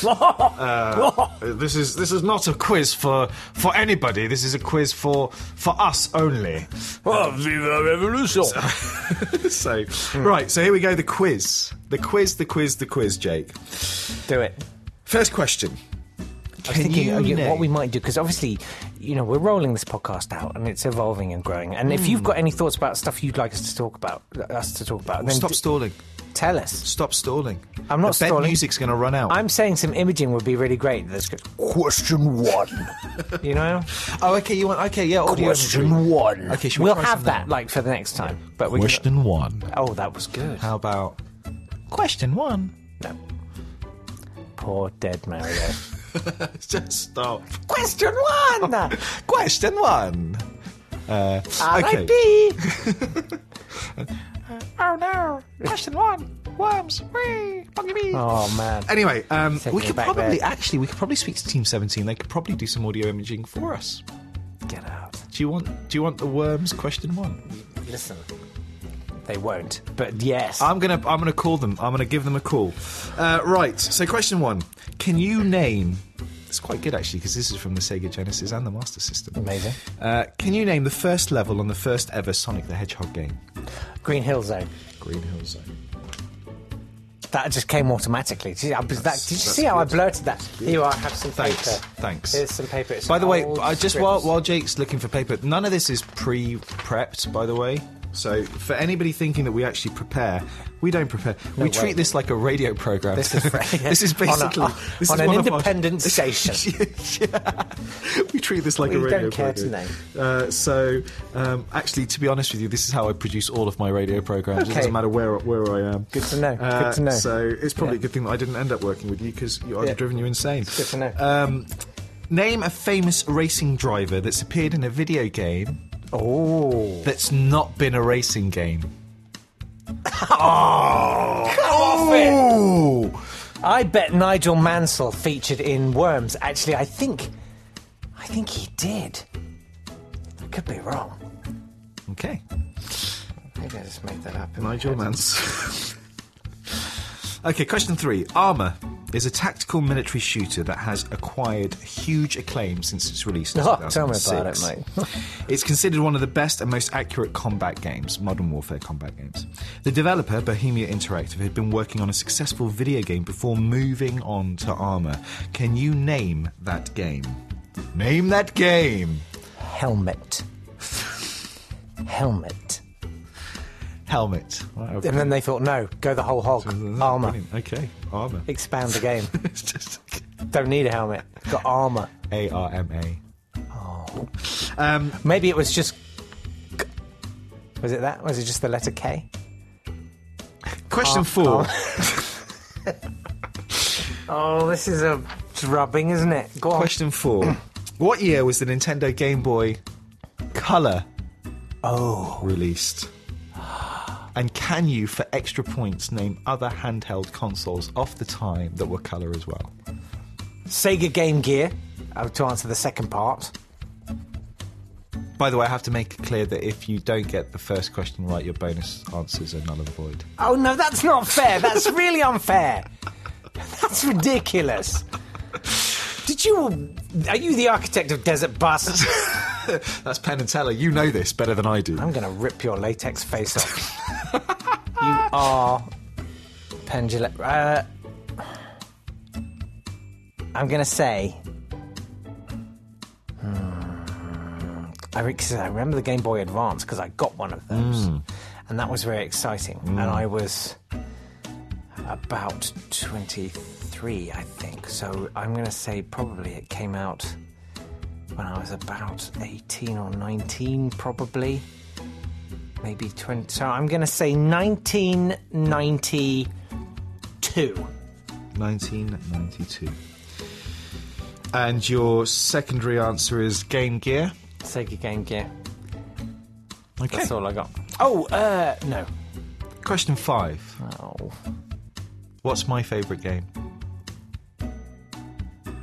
Speaker 2: Uh, this is this is not a quiz for for anybody. This is a quiz for for us only.
Speaker 1: Oh, Viva Revolution!
Speaker 2: so,
Speaker 1: Hmm.
Speaker 2: right, so here we go. The quiz, the quiz, the quiz, the quiz, Jake.
Speaker 1: Do it.
Speaker 2: First question
Speaker 1: I was
Speaker 2: Can
Speaker 1: thinking
Speaker 2: you
Speaker 1: uh, yeah, what
Speaker 2: name-
Speaker 1: we might do because obviously, you know, we're rolling this podcast out and it's evolving and growing. And if you've got any thoughts about stuff you'd like us to talk about, uh, us to talk about, then
Speaker 2: Stop
Speaker 1: d-
Speaker 2: stalling.
Speaker 1: tell us.
Speaker 2: Stop stalling.
Speaker 1: I'm not
Speaker 2: the bed
Speaker 1: stalling.
Speaker 2: music's going to run out.
Speaker 1: I'm saying some imaging would be really great. That's good.
Speaker 2: question one.
Speaker 1: You know,
Speaker 2: Oh, okay. You want? Okay, yeah. Audio imagery.
Speaker 1: one.
Speaker 2: Okay, should we
Speaker 1: we'll
Speaker 2: try
Speaker 1: have
Speaker 2: some
Speaker 1: that
Speaker 2: now?
Speaker 1: like for the next time. But we. Can,
Speaker 2: Question one.
Speaker 1: oh, that was good.
Speaker 2: How about question one?
Speaker 1: No. Poor dead Mario.
Speaker 2: Just stop.
Speaker 1: Question one.
Speaker 2: Question one. Uh, okay.
Speaker 1: R.I.P.
Speaker 2: Oh no. Question one. Worms. Whee. Buggy bees.
Speaker 1: Oh man.
Speaker 2: Anyway, um,
Speaker 1: Taking
Speaker 2: we
Speaker 1: it
Speaker 2: could
Speaker 1: back
Speaker 2: probably
Speaker 1: there.
Speaker 2: actually we could probably speak to Team Seventeen. They could probably do some audio imaging for us.
Speaker 1: Get out.
Speaker 2: Do you want? Do you want the worms? Question one.
Speaker 1: Listen. They won't. But yes.
Speaker 2: I'm gonna I'm gonna call them. I'm gonna give them a call. Uh, right. So question one. Can you name? It's quite good actually because this is from the Sega Genesis and the Master System.
Speaker 1: Amazing.
Speaker 2: Uh, can you name the first level on the first ever Sonic the Hedgehog game?
Speaker 1: Green Hill Zone.
Speaker 2: Green Hill Zone.
Speaker 1: That just came automatically. Did you, I was- that, did you
Speaker 2: that's
Speaker 1: see how I
Speaker 2: good.
Speaker 1: blurted that? Here, I have some paper.
Speaker 2: Thanks. Thanks.
Speaker 1: Here's some paper. It's
Speaker 2: By the way,
Speaker 1: old
Speaker 2: I just
Speaker 1: scripts.
Speaker 2: while, while Jake's looking for paper, none of this is pre-prepped. By the way, so for anybody thinking that we actually prepare, we don't prepare. we
Speaker 1: way.
Speaker 2: treat this like a radio program.
Speaker 1: This is fra-
Speaker 2: this is
Speaker 1: on a- uh,
Speaker 2: basically
Speaker 1: on
Speaker 2: this is
Speaker 1: an
Speaker 2: one of our-
Speaker 1: independent station.
Speaker 2: yeah. We treat this like
Speaker 1: We
Speaker 2: a radio
Speaker 1: don't care to
Speaker 2: program. Uh, so, um, actually, to be honest with you, this is how I produce all of my radio programs. It
Speaker 1: Okay.
Speaker 2: doesn't matter where where I am.
Speaker 1: Good to know. Good
Speaker 2: Uh,
Speaker 1: to know.
Speaker 2: So it's probably
Speaker 1: Yeah.
Speaker 2: a good thing that I didn't end up working with you because I'd
Speaker 1: Yeah.
Speaker 2: have driven you insane.
Speaker 1: Good to know.
Speaker 2: Um, name a famous racing driver that's appeared in a video game
Speaker 1: oh,
Speaker 2: that's not been a racing game. Oh!
Speaker 1: I bet Nigel Mansell featured in Worms. Actually, I think, I think he did. I could be wrong.
Speaker 2: Okay.
Speaker 1: Maybe I just made that up. in my
Speaker 2: Nigel
Speaker 1: head.
Speaker 2: Mance. okay, question three. Armour is a tactical military shooter that has acquired huge acclaim since its release. In
Speaker 1: Oh, tell me about it,
Speaker 2: 2006.
Speaker 1: mate.
Speaker 2: it's considered one of the best and most accurate combat games, modern warfare combat games. The developer, Bohemia Interactive, had been working on a successful video game before moving on to Armour. Can you name that game? Name that game!
Speaker 1: Helmet. Helmet.
Speaker 2: Helmet. Wow,
Speaker 1: And then they thought, no, go the whole hog. Armor.
Speaker 2: brilliant. Okay, Armour.
Speaker 1: Expand the game.
Speaker 2: it's just.
Speaker 1: Don't need a helmet. Got armor.
Speaker 2: A R M A.
Speaker 1: Maybe it was just. K. Was it that? Was it just the letter K?
Speaker 2: Question four.
Speaker 1: Oh, this is a rubbing, isn't it? Go on.
Speaker 2: Question four. What year was the Nintendo Game Boy Color
Speaker 1: Oh,
Speaker 2: released? And can you, for extra points, name other handheld consoles off the time that were color as well?
Speaker 1: Sega Game Gear. Uh, to answer the second part.
Speaker 2: By the way, I have to make it clear that if you don't get the first question right, your bonus answers are null and void.
Speaker 1: Oh no, that's not fair. That's really unfair. That's ridiculous. Did you? Are you the architect of Desert Bus?
Speaker 2: That's Penn and Teller. You know this better than I do.
Speaker 1: I'm going to rip your latex face off. you are pendulum. Uh, I'm going to say. Hmm. I, re- 'cause I remember the Game Boy Advance because I got one of those, and that was very exciting. And I was about 23, I think. So I'm going to say probably it came out when I was about 18 or 19, probably maybe 20. So I'm going to say 1992.
Speaker 2: 1992. And your secondary answer is Game Gear.
Speaker 1: Sega Game Gear.
Speaker 2: Okay.
Speaker 1: That's all I got. Oh, uh, no.
Speaker 2: Question five.
Speaker 1: Oh.
Speaker 2: What's my favourite game?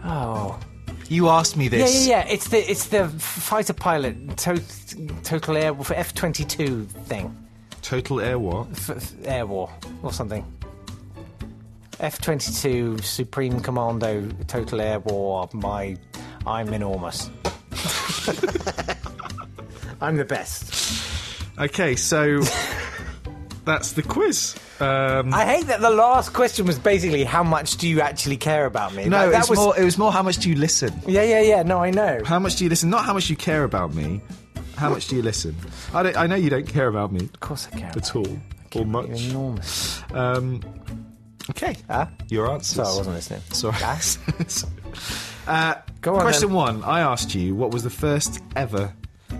Speaker 1: Oh.
Speaker 2: You asked me
Speaker 1: Yeah,
Speaker 2: this.
Speaker 1: yeah, yeah. It's the it's the fighter pilot to- total air for F twenty two thing,
Speaker 2: Total Air War.
Speaker 1: F- f- air war or something. F twenty two Supreme Commando Total Air War. My, I'm enormous. I'm the best.
Speaker 2: Okay, so that's the quiz. Um,
Speaker 1: I hate that the last question was basically how much do you actually care about me?
Speaker 2: no,
Speaker 1: Like, that
Speaker 2: it's
Speaker 1: was
Speaker 2: more. It was more how much do you listen?
Speaker 1: Yeah, yeah, yeah. No, I know.
Speaker 2: How much do you listen? Not how much you care about me. How much do you listen? I, don't, I know you don't care about me
Speaker 1: Of course, I care.
Speaker 2: at all or
Speaker 1: about you
Speaker 2: much.
Speaker 1: enormous.
Speaker 2: Um, okay,
Speaker 1: Huh?
Speaker 2: your answers.
Speaker 1: Sorry, I wasn't listening.
Speaker 2: Sorry.
Speaker 1: Yes.
Speaker 2: uh,
Speaker 1: Go on,
Speaker 2: question
Speaker 1: then.
Speaker 2: one. I asked you what was the first ever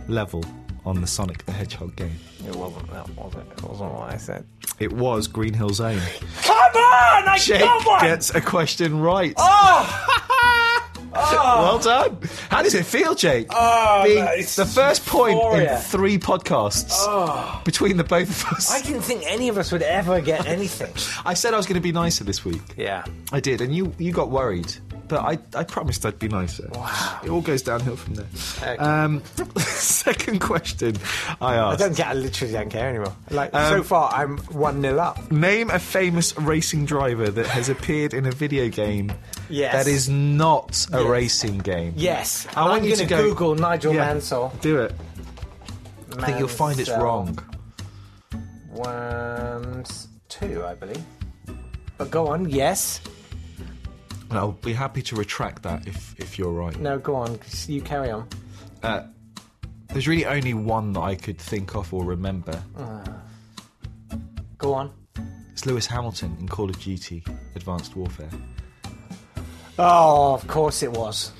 Speaker 2: level on the Sonic the Hedgehog game.
Speaker 1: It wasn't that, was it? It wasn't what I said.
Speaker 2: It was Green Hill Zone.
Speaker 1: Come on! I
Speaker 2: Jake
Speaker 1: got one!
Speaker 2: gets a question right.
Speaker 1: Oh!
Speaker 2: Well done. How does it feel, Jake?
Speaker 1: Oh,
Speaker 2: Being
Speaker 1: that is
Speaker 2: the first point in
Speaker 1: euphoria.
Speaker 2: three podcasts between the both of us.
Speaker 1: Oh. I didn't think any of us would ever get anything.
Speaker 2: I said I was going to be nicer this week.
Speaker 1: yeah.
Speaker 2: I did, and you you got worried, but I, I promised I'd be nicer. Wow. It all goes downhill from there.
Speaker 1: Okay.
Speaker 2: Um, second question I
Speaker 1: I
Speaker 2: asked.
Speaker 1: don't get. I literally don't care anymore. Like
Speaker 2: Um,
Speaker 1: so far, I'm one 0 up.
Speaker 2: Name a famous racing driver that has appeared in a video game
Speaker 1: Yes.
Speaker 2: that is not a
Speaker 1: Yes.
Speaker 2: racing game.
Speaker 1: Yes.
Speaker 2: I want
Speaker 1: am
Speaker 2: you to
Speaker 1: going
Speaker 2: go-
Speaker 1: Google Nigel
Speaker 2: Yeah.
Speaker 1: Mansell.
Speaker 2: Do it. I think you'll find it's
Speaker 1: Mansell.
Speaker 2: wrong.
Speaker 1: One's two, I believe. But go on. Yes.
Speaker 2: And I'll be happy to retract that if, if you're right.
Speaker 1: No. Go on. You carry on.
Speaker 2: Uh, There's really only one that I could think of or remember.
Speaker 1: Go on.
Speaker 2: It's Lewis Hamilton in Call of Duty Advanced Warfare.
Speaker 1: Oh, of course it was.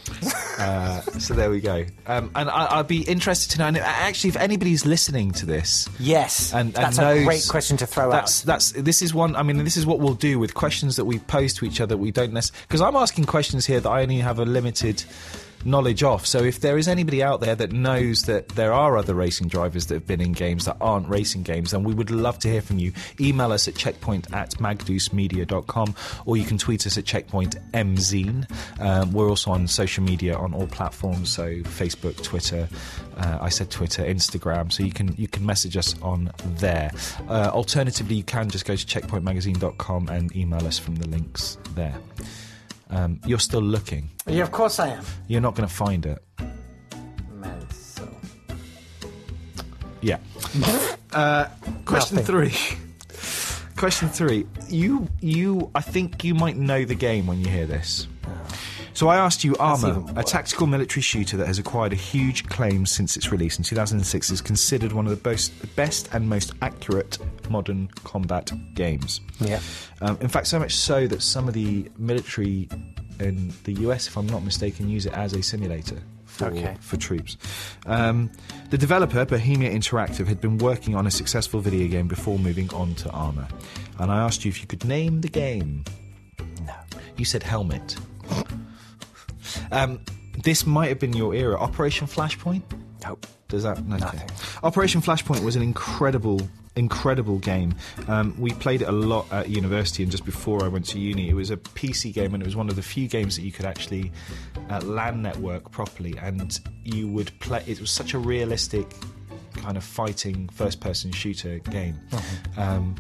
Speaker 2: Uh, so there we go. Um, and I, I'd be interested to know. And actually, if anybody's listening to this,
Speaker 1: Yes.
Speaker 2: And- and
Speaker 1: that's
Speaker 2: knows-
Speaker 1: a great question to throw
Speaker 2: that's
Speaker 1: out.
Speaker 2: that's this is one. I mean, this is what we'll do with questions that we pose to each other. We don't necessarily because I'm asking questions here that I only have a limited knowledge of. So if there is anybody out there that knows that there are other racing drivers that have been in games that aren't racing games, then we would love to hear from you. Email us at checkpoint at magdoosemedia.com or you can tweet us at checkpoint mzine. Um, we're also on social media on all platforms, so Facebook, Twitter. Uh, I said Twitter, Instagram. So you can you can message us on there. Uh, alternatively, you can just go to checkpointmagazine.com and email us from the links there. Um, you're still looking.
Speaker 1: Yeah, of course I am.
Speaker 2: You're not going to find it.
Speaker 1: Mansell.
Speaker 2: Yeah. uh, question
Speaker 1: Nothing.
Speaker 2: three. question three. You you I think you might know the game when you hear this. So I asked you, Armour,
Speaker 1: even
Speaker 2: a tactical military shooter that has acquired a huge claim since its release in 2006, is considered one of the most, best and most accurate modern combat games.
Speaker 1: Yeah.
Speaker 2: Um, in fact, so much so that some of the military in the US, if I'm not mistaken, use it as a simulator for,
Speaker 1: Okay.
Speaker 2: for troops. Um, the developer, Bohemia Interactive, had been working on a successful video game before moving on to Armour. And I asked you if you could name the game. No. You said Helmet. um, this might have been your era. Operation Flashpoint?
Speaker 1: Nope.
Speaker 2: Does that no, okay.
Speaker 1: Nothing.
Speaker 2: Operation Flashpoint was an incredible, incredible game. Um, we played it a lot at university and just before I went to uni. It was a PC game and it was one of the few games that you could actually uh, LAN network properly. And you would play. It was such a realistic kind of fighting first-person shooter game.
Speaker 1: Mm-hmm.
Speaker 2: Um,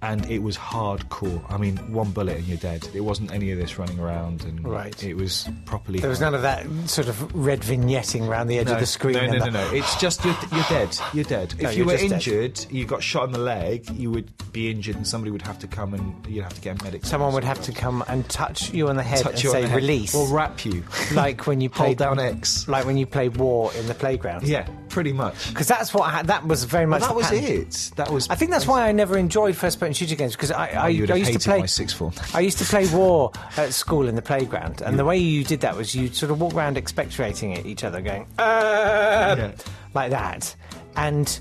Speaker 2: and it was hardcore. I mean, one bullet and you're dead. It wasn't any of this running around, and
Speaker 1: Right.
Speaker 2: it was properly.
Speaker 1: There was none
Speaker 2: hard.
Speaker 1: of that sort of red vignetting around the edge of the screen.
Speaker 2: No,
Speaker 1: and
Speaker 2: no, no,
Speaker 1: the-
Speaker 2: no. It's just you're, you're dead. You're dead.
Speaker 1: No,
Speaker 2: if you
Speaker 1: you're
Speaker 2: were
Speaker 1: just dead.
Speaker 2: injured, you got shot in the leg, you would be injured, and somebody would have to come and you'd have to get a medic.
Speaker 1: Someone would have to come and touch you on the head and
Speaker 2: you on
Speaker 1: say
Speaker 2: the head
Speaker 1: release,
Speaker 2: or wrap you,
Speaker 1: like when you
Speaker 2: hold
Speaker 1: played
Speaker 2: down X.
Speaker 1: like when you played war in the playground.
Speaker 2: Yeah, pretty much.
Speaker 1: because that's what ha- that was very much.
Speaker 2: That
Speaker 1: the
Speaker 2: was
Speaker 1: pattern.
Speaker 2: it. That was.
Speaker 1: I think that's why I never enjoyed first-person shooter games because I, I, I
Speaker 2: Oh, you would have
Speaker 1: used to
Speaker 2: hated
Speaker 1: play
Speaker 2: my sixth form.
Speaker 1: I used to play war at school in the playground, and the way you did that was you sort of walk around expectorating at each other, going "Uh,"
Speaker 2: Yeah.
Speaker 1: like that, and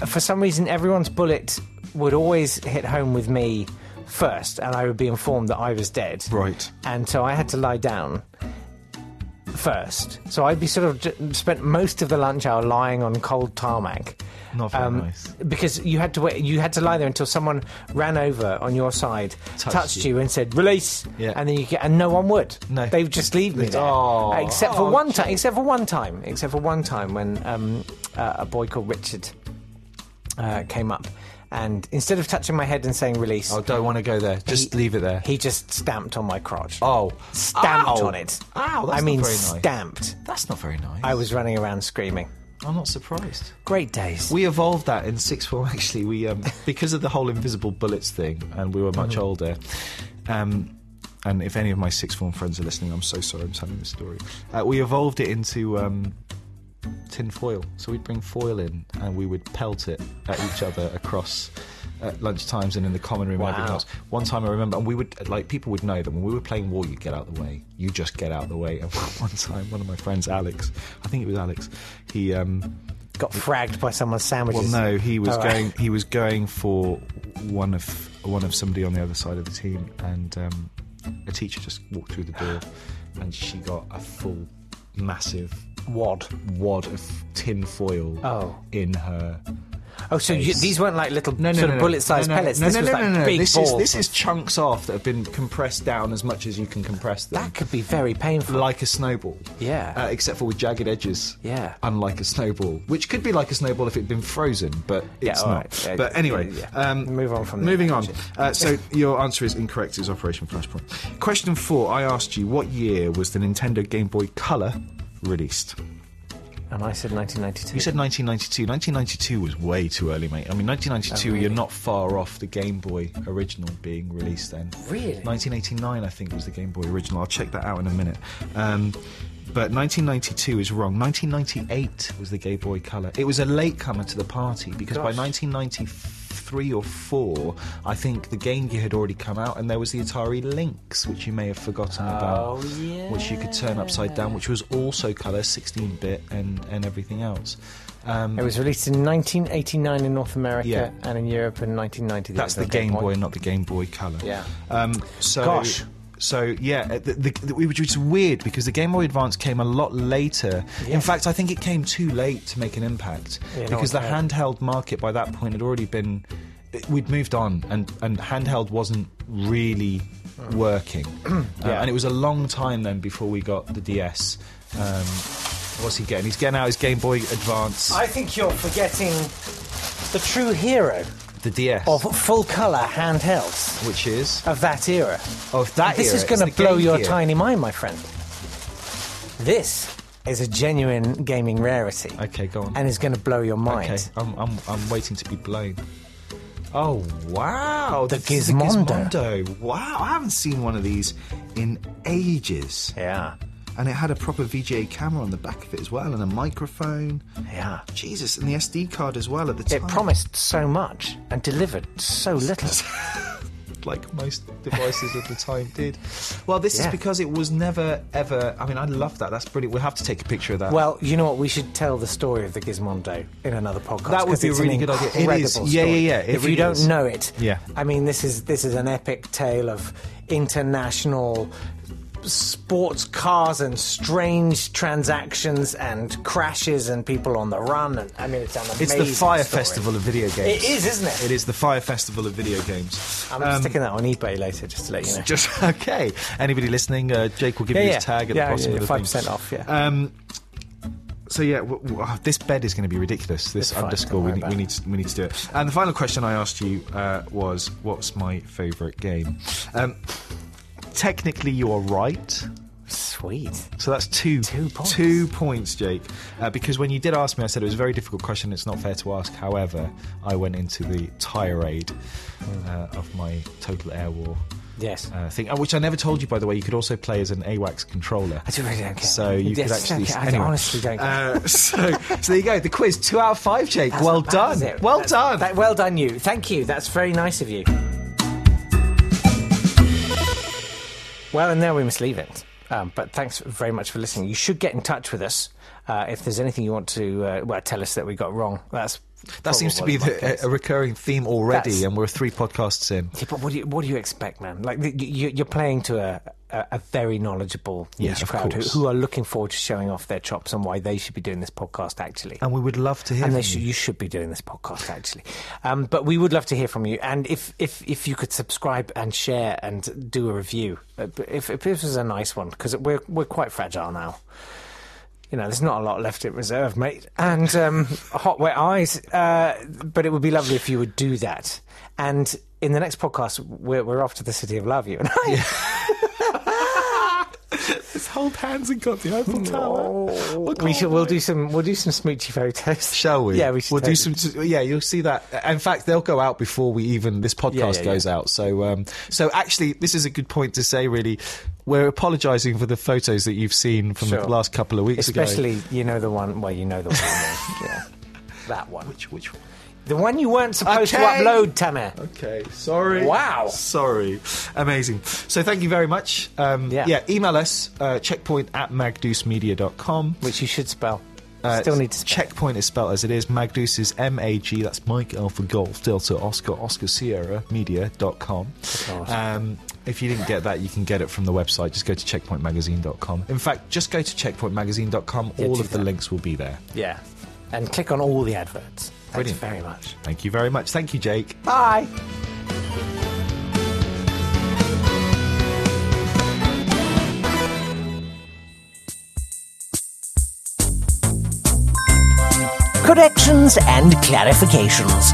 Speaker 1: uh, for some reason everyone's bullet would always hit home with me first, and I would be informed that I was dead.
Speaker 2: Right.
Speaker 1: and so I had to lie down first. So I'd be sort of j- spent most of the lunch hour lying on cold tarmac.
Speaker 2: Not very
Speaker 1: Um,
Speaker 2: nice.
Speaker 1: Because you had to wait, you had to lie there until someone ran over on your side, touched,
Speaker 2: you.
Speaker 1: you. and said "release,"
Speaker 2: Yeah.
Speaker 1: and then you get, and no one would.
Speaker 2: No.
Speaker 1: they would just leave me
Speaker 2: They'd-
Speaker 1: there.
Speaker 2: Oh.
Speaker 1: except for
Speaker 2: Oh,
Speaker 1: one time, except for one time, except for one time when um, uh, a boy called Richard uh, came up, and instead of touching my head and saying "release,"
Speaker 2: I Oh, don't want to go there. Just leave it there.
Speaker 1: he just stamped on my crotch.
Speaker 2: oh,
Speaker 1: stamped
Speaker 2: Ow!
Speaker 1: on it.
Speaker 2: Ow, Oh, that's
Speaker 1: I mean,
Speaker 2: not very nice.
Speaker 1: stamped.
Speaker 2: That's not very nice.
Speaker 1: I was running around screaming.
Speaker 2: I'm not surprised.
Speaker 1: Great days.
Speaker 2: We evolved that in sixth form. Actually, we um, because of the whole invisible bullets thing, and we were much older. Um, and if any of my sixth form friends are listening, I'm so sorry I'm telling this story. Uh, we evolved it into um, tin foil. So we'd bring foil in, and we would pelt it at each other across. At lunch times and in the common room, wow.
Speaker 1: Wow.
Speaker 2: else. One time I remember, and we would like people would know that when we were playing war, you get out the way. You just get out the way. And one time, one of my friends, Alex, I think it was Alex, he um,
Speaker 1: Got fragged by someone's sandwiches.
Speaker 2: well, no, he was
Speaker 1: Oh, right.
Speaker 2: going. He was going for one of one of somebody on the other side of the team, and um, a teacher just walked through the door, and she got a full, massive
Speaker 1: Wad.
Speaker 2: wad of tin foil
Speaker 1: Oh.
Speaker 2: in her.
Speaker 1: Oh, so you,
Speaker 2: Face.
Speaker 1: these weren't like little sort of bullet-sized
Speaker 2: No, no,
Speaker 1: pellets.
Speaker 2: No,
Speaker 1: this
Speaker 2: no,
Speaker 1: was
Speaker 2: no,
Speaker 1: like
Speaker 2: no, no.
Speaker 1: big
Speaker 2: This
Speaker 1: balls.
Speaker 2: is this is chunks off that have been compressed down as much as you can compress them
Speaker 1: that could be very painful.
Speaker 2: like a snowball.
Speaker 1: Yeah.
Speaker 2: Uh, except for with jagged edges.
Speaker 1: Yeah.
Speaker 2: Unlike a snowball, which could be like a snowball if it'd been frozen, but
Speaker 1: Yeah,
Speaker 2: it's
Speaker 1: all
Speaker 2: not.
Speaker 1: right. Yeah,
Speaker 2: But
Speaker 1: yeah,
Speaker 2: anyway,
Speaker 1: yeah, yeah.
Speaker 2: Um,
Speaker 1: Move on from the
Speaker 2: moving on.
Speaker 1: analogy.
Speaker 2: Uh, so your answer is incorrect. Is Operation Flashpoint? Question four. I asked you what year was the Nintendo Game Boy Color released?
Speaker 1: and I said 1992.
Speaker 2: You said 1992. 1992 was way too early, mate. I mean, 1992,
Speaker 1: Oh, really?
Speaker 2: you're not far off the Game Boy original being released then.
Speaker 1: Really?
Speaker 2: 1989, I think, was the Game Boy original. I'll check that out in a minute. Um, but 1992 is wrong. 1998 was the Game Boy Color. It was a latecomer to the party because by
Speaker 1: Gosh.
Speaker 2: 1993 or 4, I think the Game Gear had already come out and there was the Atari Lynx, which you may have forgotten about,
Speaker 1: Oh, yeah.
Speaker 2: which you could turn upside down, which was also color, 16 bit, and, and everything else. Um,
Speaker 1: It was released in 1989 in North America
Speaker 2: Yeah.
Speaker 1: and in Europe in 1990.
Speaker 2: that's the
Speaker 1: other
Speaker 2: Game Boy, not the Game Boy Color.
Speaker 1: Yeah.
Speaker 2: Um, so,
Speaker 1: Gosh.
Speaker 2: So yeah, uh, the, the, the, which is weird because the Game Boy Advance came a lot later. In
Speaker 1: Yes.
Speaker 2: fact, I think it came too late to make an impact
Speaker 1: Yeah, no
Speaker 2: because the
Speaker 1: one cared.
Speaker 2: handheld market by that point had already been it- we'd moved on and and handheld wasn't really working. Uh,
Speaker 1: Hmm. Yeah.
Speaker 2: and it was a long time then before we got the DS. Um, what's he getting? He's getting out his Game Boy Advance,
Speaker 1: I think you're forgetting the true hero
Speaker 2: the DS,
Speaker 1: of Uh, full colour handhelds
Speaker 2: which is
Speaker 1: of that era.
Speaker 2: of that.
Speaker 1: this
Speaker 2: era,
Speaker 1: is
Speaker 2: it's
Speaker 1: going
Speaker 2: the
Speaker 1: to blow
Speaker 2: Game
Speaker 1: your
Speaker 2: Gear.
Speaker 1: tiny mind, my friend. This is a genuine gaming rarity.
Speaker 2: Okay, go on.
Speaker 1: And is going to blow your mind.
Speaker 2: Okay, I'm, I'm, I'm waiting to be blown. Oh wow,
Speaker 1: The
Speaker 2: This is a
Speaker 1: Gizmondo.
Speaker 2: Gizmondo. Wow, I haven't seen one of these in ages.
Speaker 1: Yeah.
Speaker 2: And it had a proper VGA camera on the back of it as well, and a microphone.
Speaker 1: Yeah.
Speaker 2: Jesus, and the SD card as well at the
Speaker 1: It
Speaker 2: time.
Speaker 1: promised so much and delivered so little.
Speaker 2: like most devices of the time did. Well, this is
Speaker 1: Yeah.
Speaker 2: because it was never ever. I mean, I love that. That's brilliant. We'll have to take a picture of that.
Speaker 1: Well, you know what? We should tell the story of the Gizmondo in another podcast.
Speaker 2: That would
Speaker 1: 'cause
Speaker 2: be a
Speaker 1: it's an
Speaker 2: really good idea. It
Speaker 1: incredible
Speaker 2: is. Yeah,
Speaker 1: story.
Speaker 2: yeah, yeah. It
Speaker 1: If
Speaker 2: really
Speaker 1: you don't
Speaker 2: is.
Speaker 1: know it,
Speaker 2: Yeah.
Speaker 1: I mean, this is this is an epic tale of international sports cars and strange transactions and crashes and people on the run. And I mean, it's an amazing.
Speaker 2: it's the Fire
Speaker 1: story.
Speaker 2: Festival of video games.
Speaker 1: It is, isn't it?
Speaker 2: It is the Fire Festival of video games.
Speaker 1: I'm sticking
Speaker 2: Um,
Speaker 1: that on eBay later, just to let you know.
Speaker 2: Just okay. Anybody listening? Uh, Jake will give
Speaker 1: Yeah,
Speaker 2: you
Speaker 1: yeah.
Speaker 2: his tag at
Speaker 1: Yeah,
Speaker 2: the bottom
Speaker 1: yeah,
Speaker 2: of the
Speaker 1: five percent
Speaker 2: thing.
Speaker 1: off. Yeah.
Speaker 2: Um, so yeah, w- w- oh, this bed is going to be ridiculous. This
Speaker 1: It's fine,
Speaker 2: underscore,
Speaker 1: don't
Speaker 2: we
Speaker 1: worry
Speaker 2: need, we
Speaker 1: about
Speaker 2: need to, we need to do it. And the final question I asked you uh, was, "What's my favourite game?" Um, technically, you are right.
Speaker 1: Sweet.
Speaker 2: So that's two
Speaker 1: Two points.
Speaker 2: two points, Jake. Uh, because when you did ask me, I said it was a very difficult question. It's not fair to ask. However, I went into the tirade uh, of my Total Air War
Speaker 1: Yes.
Speaker 2: uh, thing, uh, which I never told you, by the way. You could also play as an AWACS controller.
Speaker 1: I do really don't care.
Speaker 2: So you
Speaker 1: Yes,
Speaker 2: could actually.
Speaker 1: don't care. I
Speaker 2: anyway.
Speaker 1: honestly don't care.
Speaker 2: Uh, so, so there you go. The quiz, two out of five, Jake.
Speaker 1: That's
Speaker 2: well
Speaker 1: not bad,
Speaker 2: done.
Speaker 1: is it?
Speaker 2: well
Speaker 1: That's-
Speaker 2: done.
Speaker 1: that- well done, you. Thank you. That's very nice of you. Well, and there we must leave it. Um, but thanks very much for listening. You should get in touch with us uh, if there's anything you want to uh, well tell us that we got wrong. That's
Speaker 2: that seems to
Speaker 1: probably
Speaker 2: be
Speaker 1: my
Speaker 2: the, uh,
Speaker 1: case.
Speaker 2: a, a recurring theme already,
Speaker 1: That's-
Speaker 2: and we're three podcasts in.
Speaker 1: Yeah, but what do you what do you expect, man? Like the, you, you're playing to a, a, a very knowledgeable
Speaker 2: Yeah,
Speaker 1: niche
Speaker 2: of
Speaker 1: crowd who,
Speaker 2: course.
Speaker 1: who are looking forward to showing off their chops and why they should be doing this podcast. Actually,
Speaker 2: And we would love to hear
Speaker 1: and
Speaker 2: from
Speaker 1: they should,
Speaker 2: you.
Speaker 1: you should be doing this podcast actually um, but we would love to hear from you and if if if you could subscribe and share and do a review uh, if, if this was a nice one because we're we're quite fragile now you know there's not a lot left in reserve mate and um, hot wet eyes uh, but it would be lovely if you would do that and in the next podcast we're, we're off to the city of love you and i
Speaker 2: Let's hold hands and go up the Eiffel Tower. What
Speaker 1: we
Speaker 2: can't
Speaker 1: shall. We'll do some. We'll do some smoochy photos.
Speaker 2: Shall we?
Speaker 1: Yeah, we should.
Speaker 2: We'll do
Speaker 1: totally.
Speaker 2: some. Yeah, you'll see that. In fact, they'll go out before we even this podcast
Speaker 1: Yeah, yeah,
Speaker 2: goes out. So, um, so actually, this is a good point to say. Really, we're apologising for the photos that you've seen from
Speaker 1: Sure.
Speaker 2: the last couple of weeks ago.
Speaker 1: Especially, you know the one. Well, you know the one. yeah. Yeah. That one.
Speaker 2: Which which one?
Speaker 1: The one you weren't supposed to
Speaker 2: Okay.
Speaker 1: upload, Tamer.
Speaker 2: Okay, sorry.
Speaker 1: Wow.
Speaker 2: Sorry. Amazing. So thank you very much. Um,
Speaker 1: Yeah.
Speaker 2: yeah. email us, uh, checkpoint at magdeucemedia.com.
Speaker 1: Which you should spell.
Speaker 2: Uh,
Speaker 1: Still need to spell.
Speaker 2: Checkpoint is spelled as it is. Magdeuce is M A G, that's Mike Alpha Golf Delta Oscar Oscar Sierra Media.com.
Speaker 1: course.
Speaker 2: Um, if you didn't get that, you can get it from the website. Just go to checkpointmagazine.com. In fact, just go to checkpointmagazine.com.
Speaker 1: Yeah,
Speaker 2: All
Speaker 1: do
Speaker 2: of the
Speaker 1: that.
Speaker 2: links will be there.
Speaker 1: Yeah. And click on all the adverts. Thanks
Speaker 2: Brilliant.
Speaker 1: very much.
Speaker 2: Thank you very much. Thank you, Jake.
Speaker 1: Bye. Corrections and clarifications.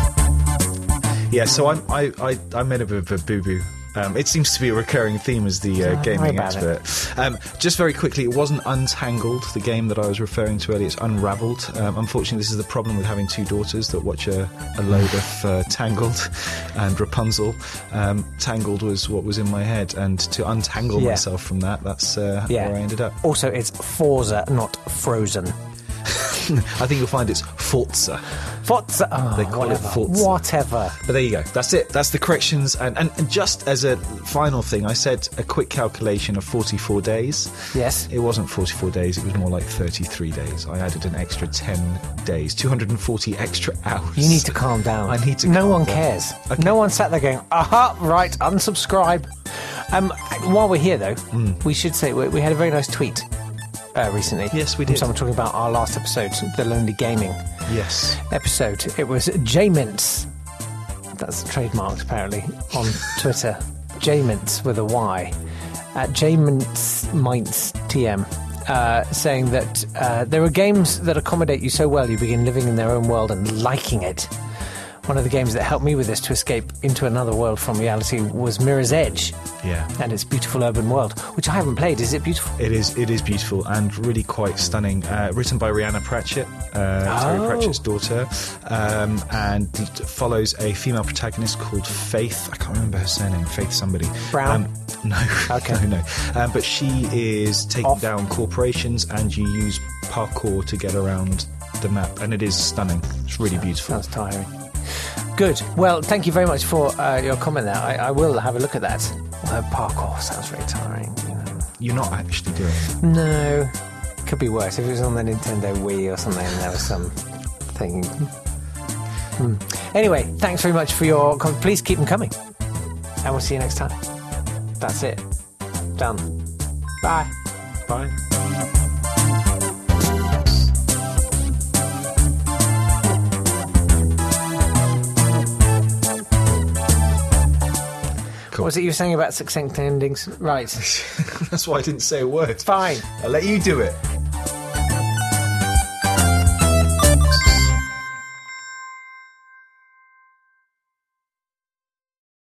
Speaker 2: Yeah, so I'm, I, I, I made a bit of a boo boo. Um, it seems to be a recurring theme as the uh,
Speaker 1: Oh, worry
Speaker 2: gaming
Speaker 1: about
Speaker 2: expert. Um, just very quickly, it wasn't Untangled, the game that I was referring to earlier. It's Unraveled. Um, unfortunately, this is the problem with having two daughters that watch a, a load of uh, Tangled and Rapunzel. Um, Tangled was what was in my head, and to untangle
Speaker 1: Yeah.
Speaker 2: myself from that, that's uh,
Speaker 1: Yeah.
Speaker 2: where I ended up.
Speaker 1: Also, it's Forza, not Frozen.
Speaker 2: I think you'll find it's Forza.
Speaker 1: Forza. Oh,
Speaker 2: They call it
Speaker 1: whatever.
Speaker 2: Forza.
Speaker 1: Whatever.
Speaker 2: But there you go. That's it. That's the corrections. And, and, and just as a final thing, I said a quick calculation of 44 days.
Speaker 1: Yes.
Speaker 2: It wasn't 44 days, it was more like 33 days. I added an extra 10 days, 240 extra hours.
Speaker 1: You need to calm down.
Speaker 2: I need to
Speaker 1: No
Speaker 2: calm
Speaker 1: one
Speaker 2: down.
Speaker 1: cares. No one sat there going, aha, right, unsubscribe. Um, while we're here, though,
Speaker 2: Hmm.
Speaker 1: we should say we, we had a very nice tweet uh, recently.
Speaker 2: Yes, we
Speaker 1: From
Speaker 2: did.
Speaker 1: Someone talking about our last episode, the Lonely Gaming
Speaker 2: Yes.
Speaker 1: episode. It was J Mints. That's trademarked, apparently, on Twitter. J Mints with a Y. At J Mints Mints TM. Uh, saying that uh, there are games that accommodate you so well you begin living in their own world and liking it. One of the games that helped me with this to escape into another world from reality was Mirror's Edge
Speaker 2: Yeah.
Speaker 1: and its beautiful urban world, which I haven't played. Is it beautiful?
Speaker 2: It is. It is beautiful and really quite stunning. Uh, written by Rihanna Pratchett, uh,
Speaker 1: Oh.
Speaker 2: Terry Pratchett's daughter, um, and d- follows a female protagonist called Faith. I can't remember her surname. Faith somebody.
Speaker 1: Brown?
Speaker 2: Um, no.
Speaker 1: Okay.
Speaker 2: No. No. Um, but she is taking
Speaker 1: Off.
Speaker 2: down corporations, and you use parkour to get around the map, and it is stunning. It's really beautiful.
Speaker 1: Sounds tiring. Good. Well, thank you very much for uh, your comment there. I, I will have a look at that. Uh, parkour sounds very tiring. you know.
Speaker 2: You're not actually doing. it.
Speaker 1: No, could be worse. If it was on the Nintendo Wii or something, and there was some thing. Hmm. Anyway, thanks very much for your. Com- Please keep them coming, and we'll see you next time. That's it. Done. Bye.
Speaker 2: Bye.
Speaker 1: What was it you were saying about succinct endings? Right.
Speaker 2: That's why I didn't say a word.
Speaker 1: Fine.
Speaker 2: I'll let you do it.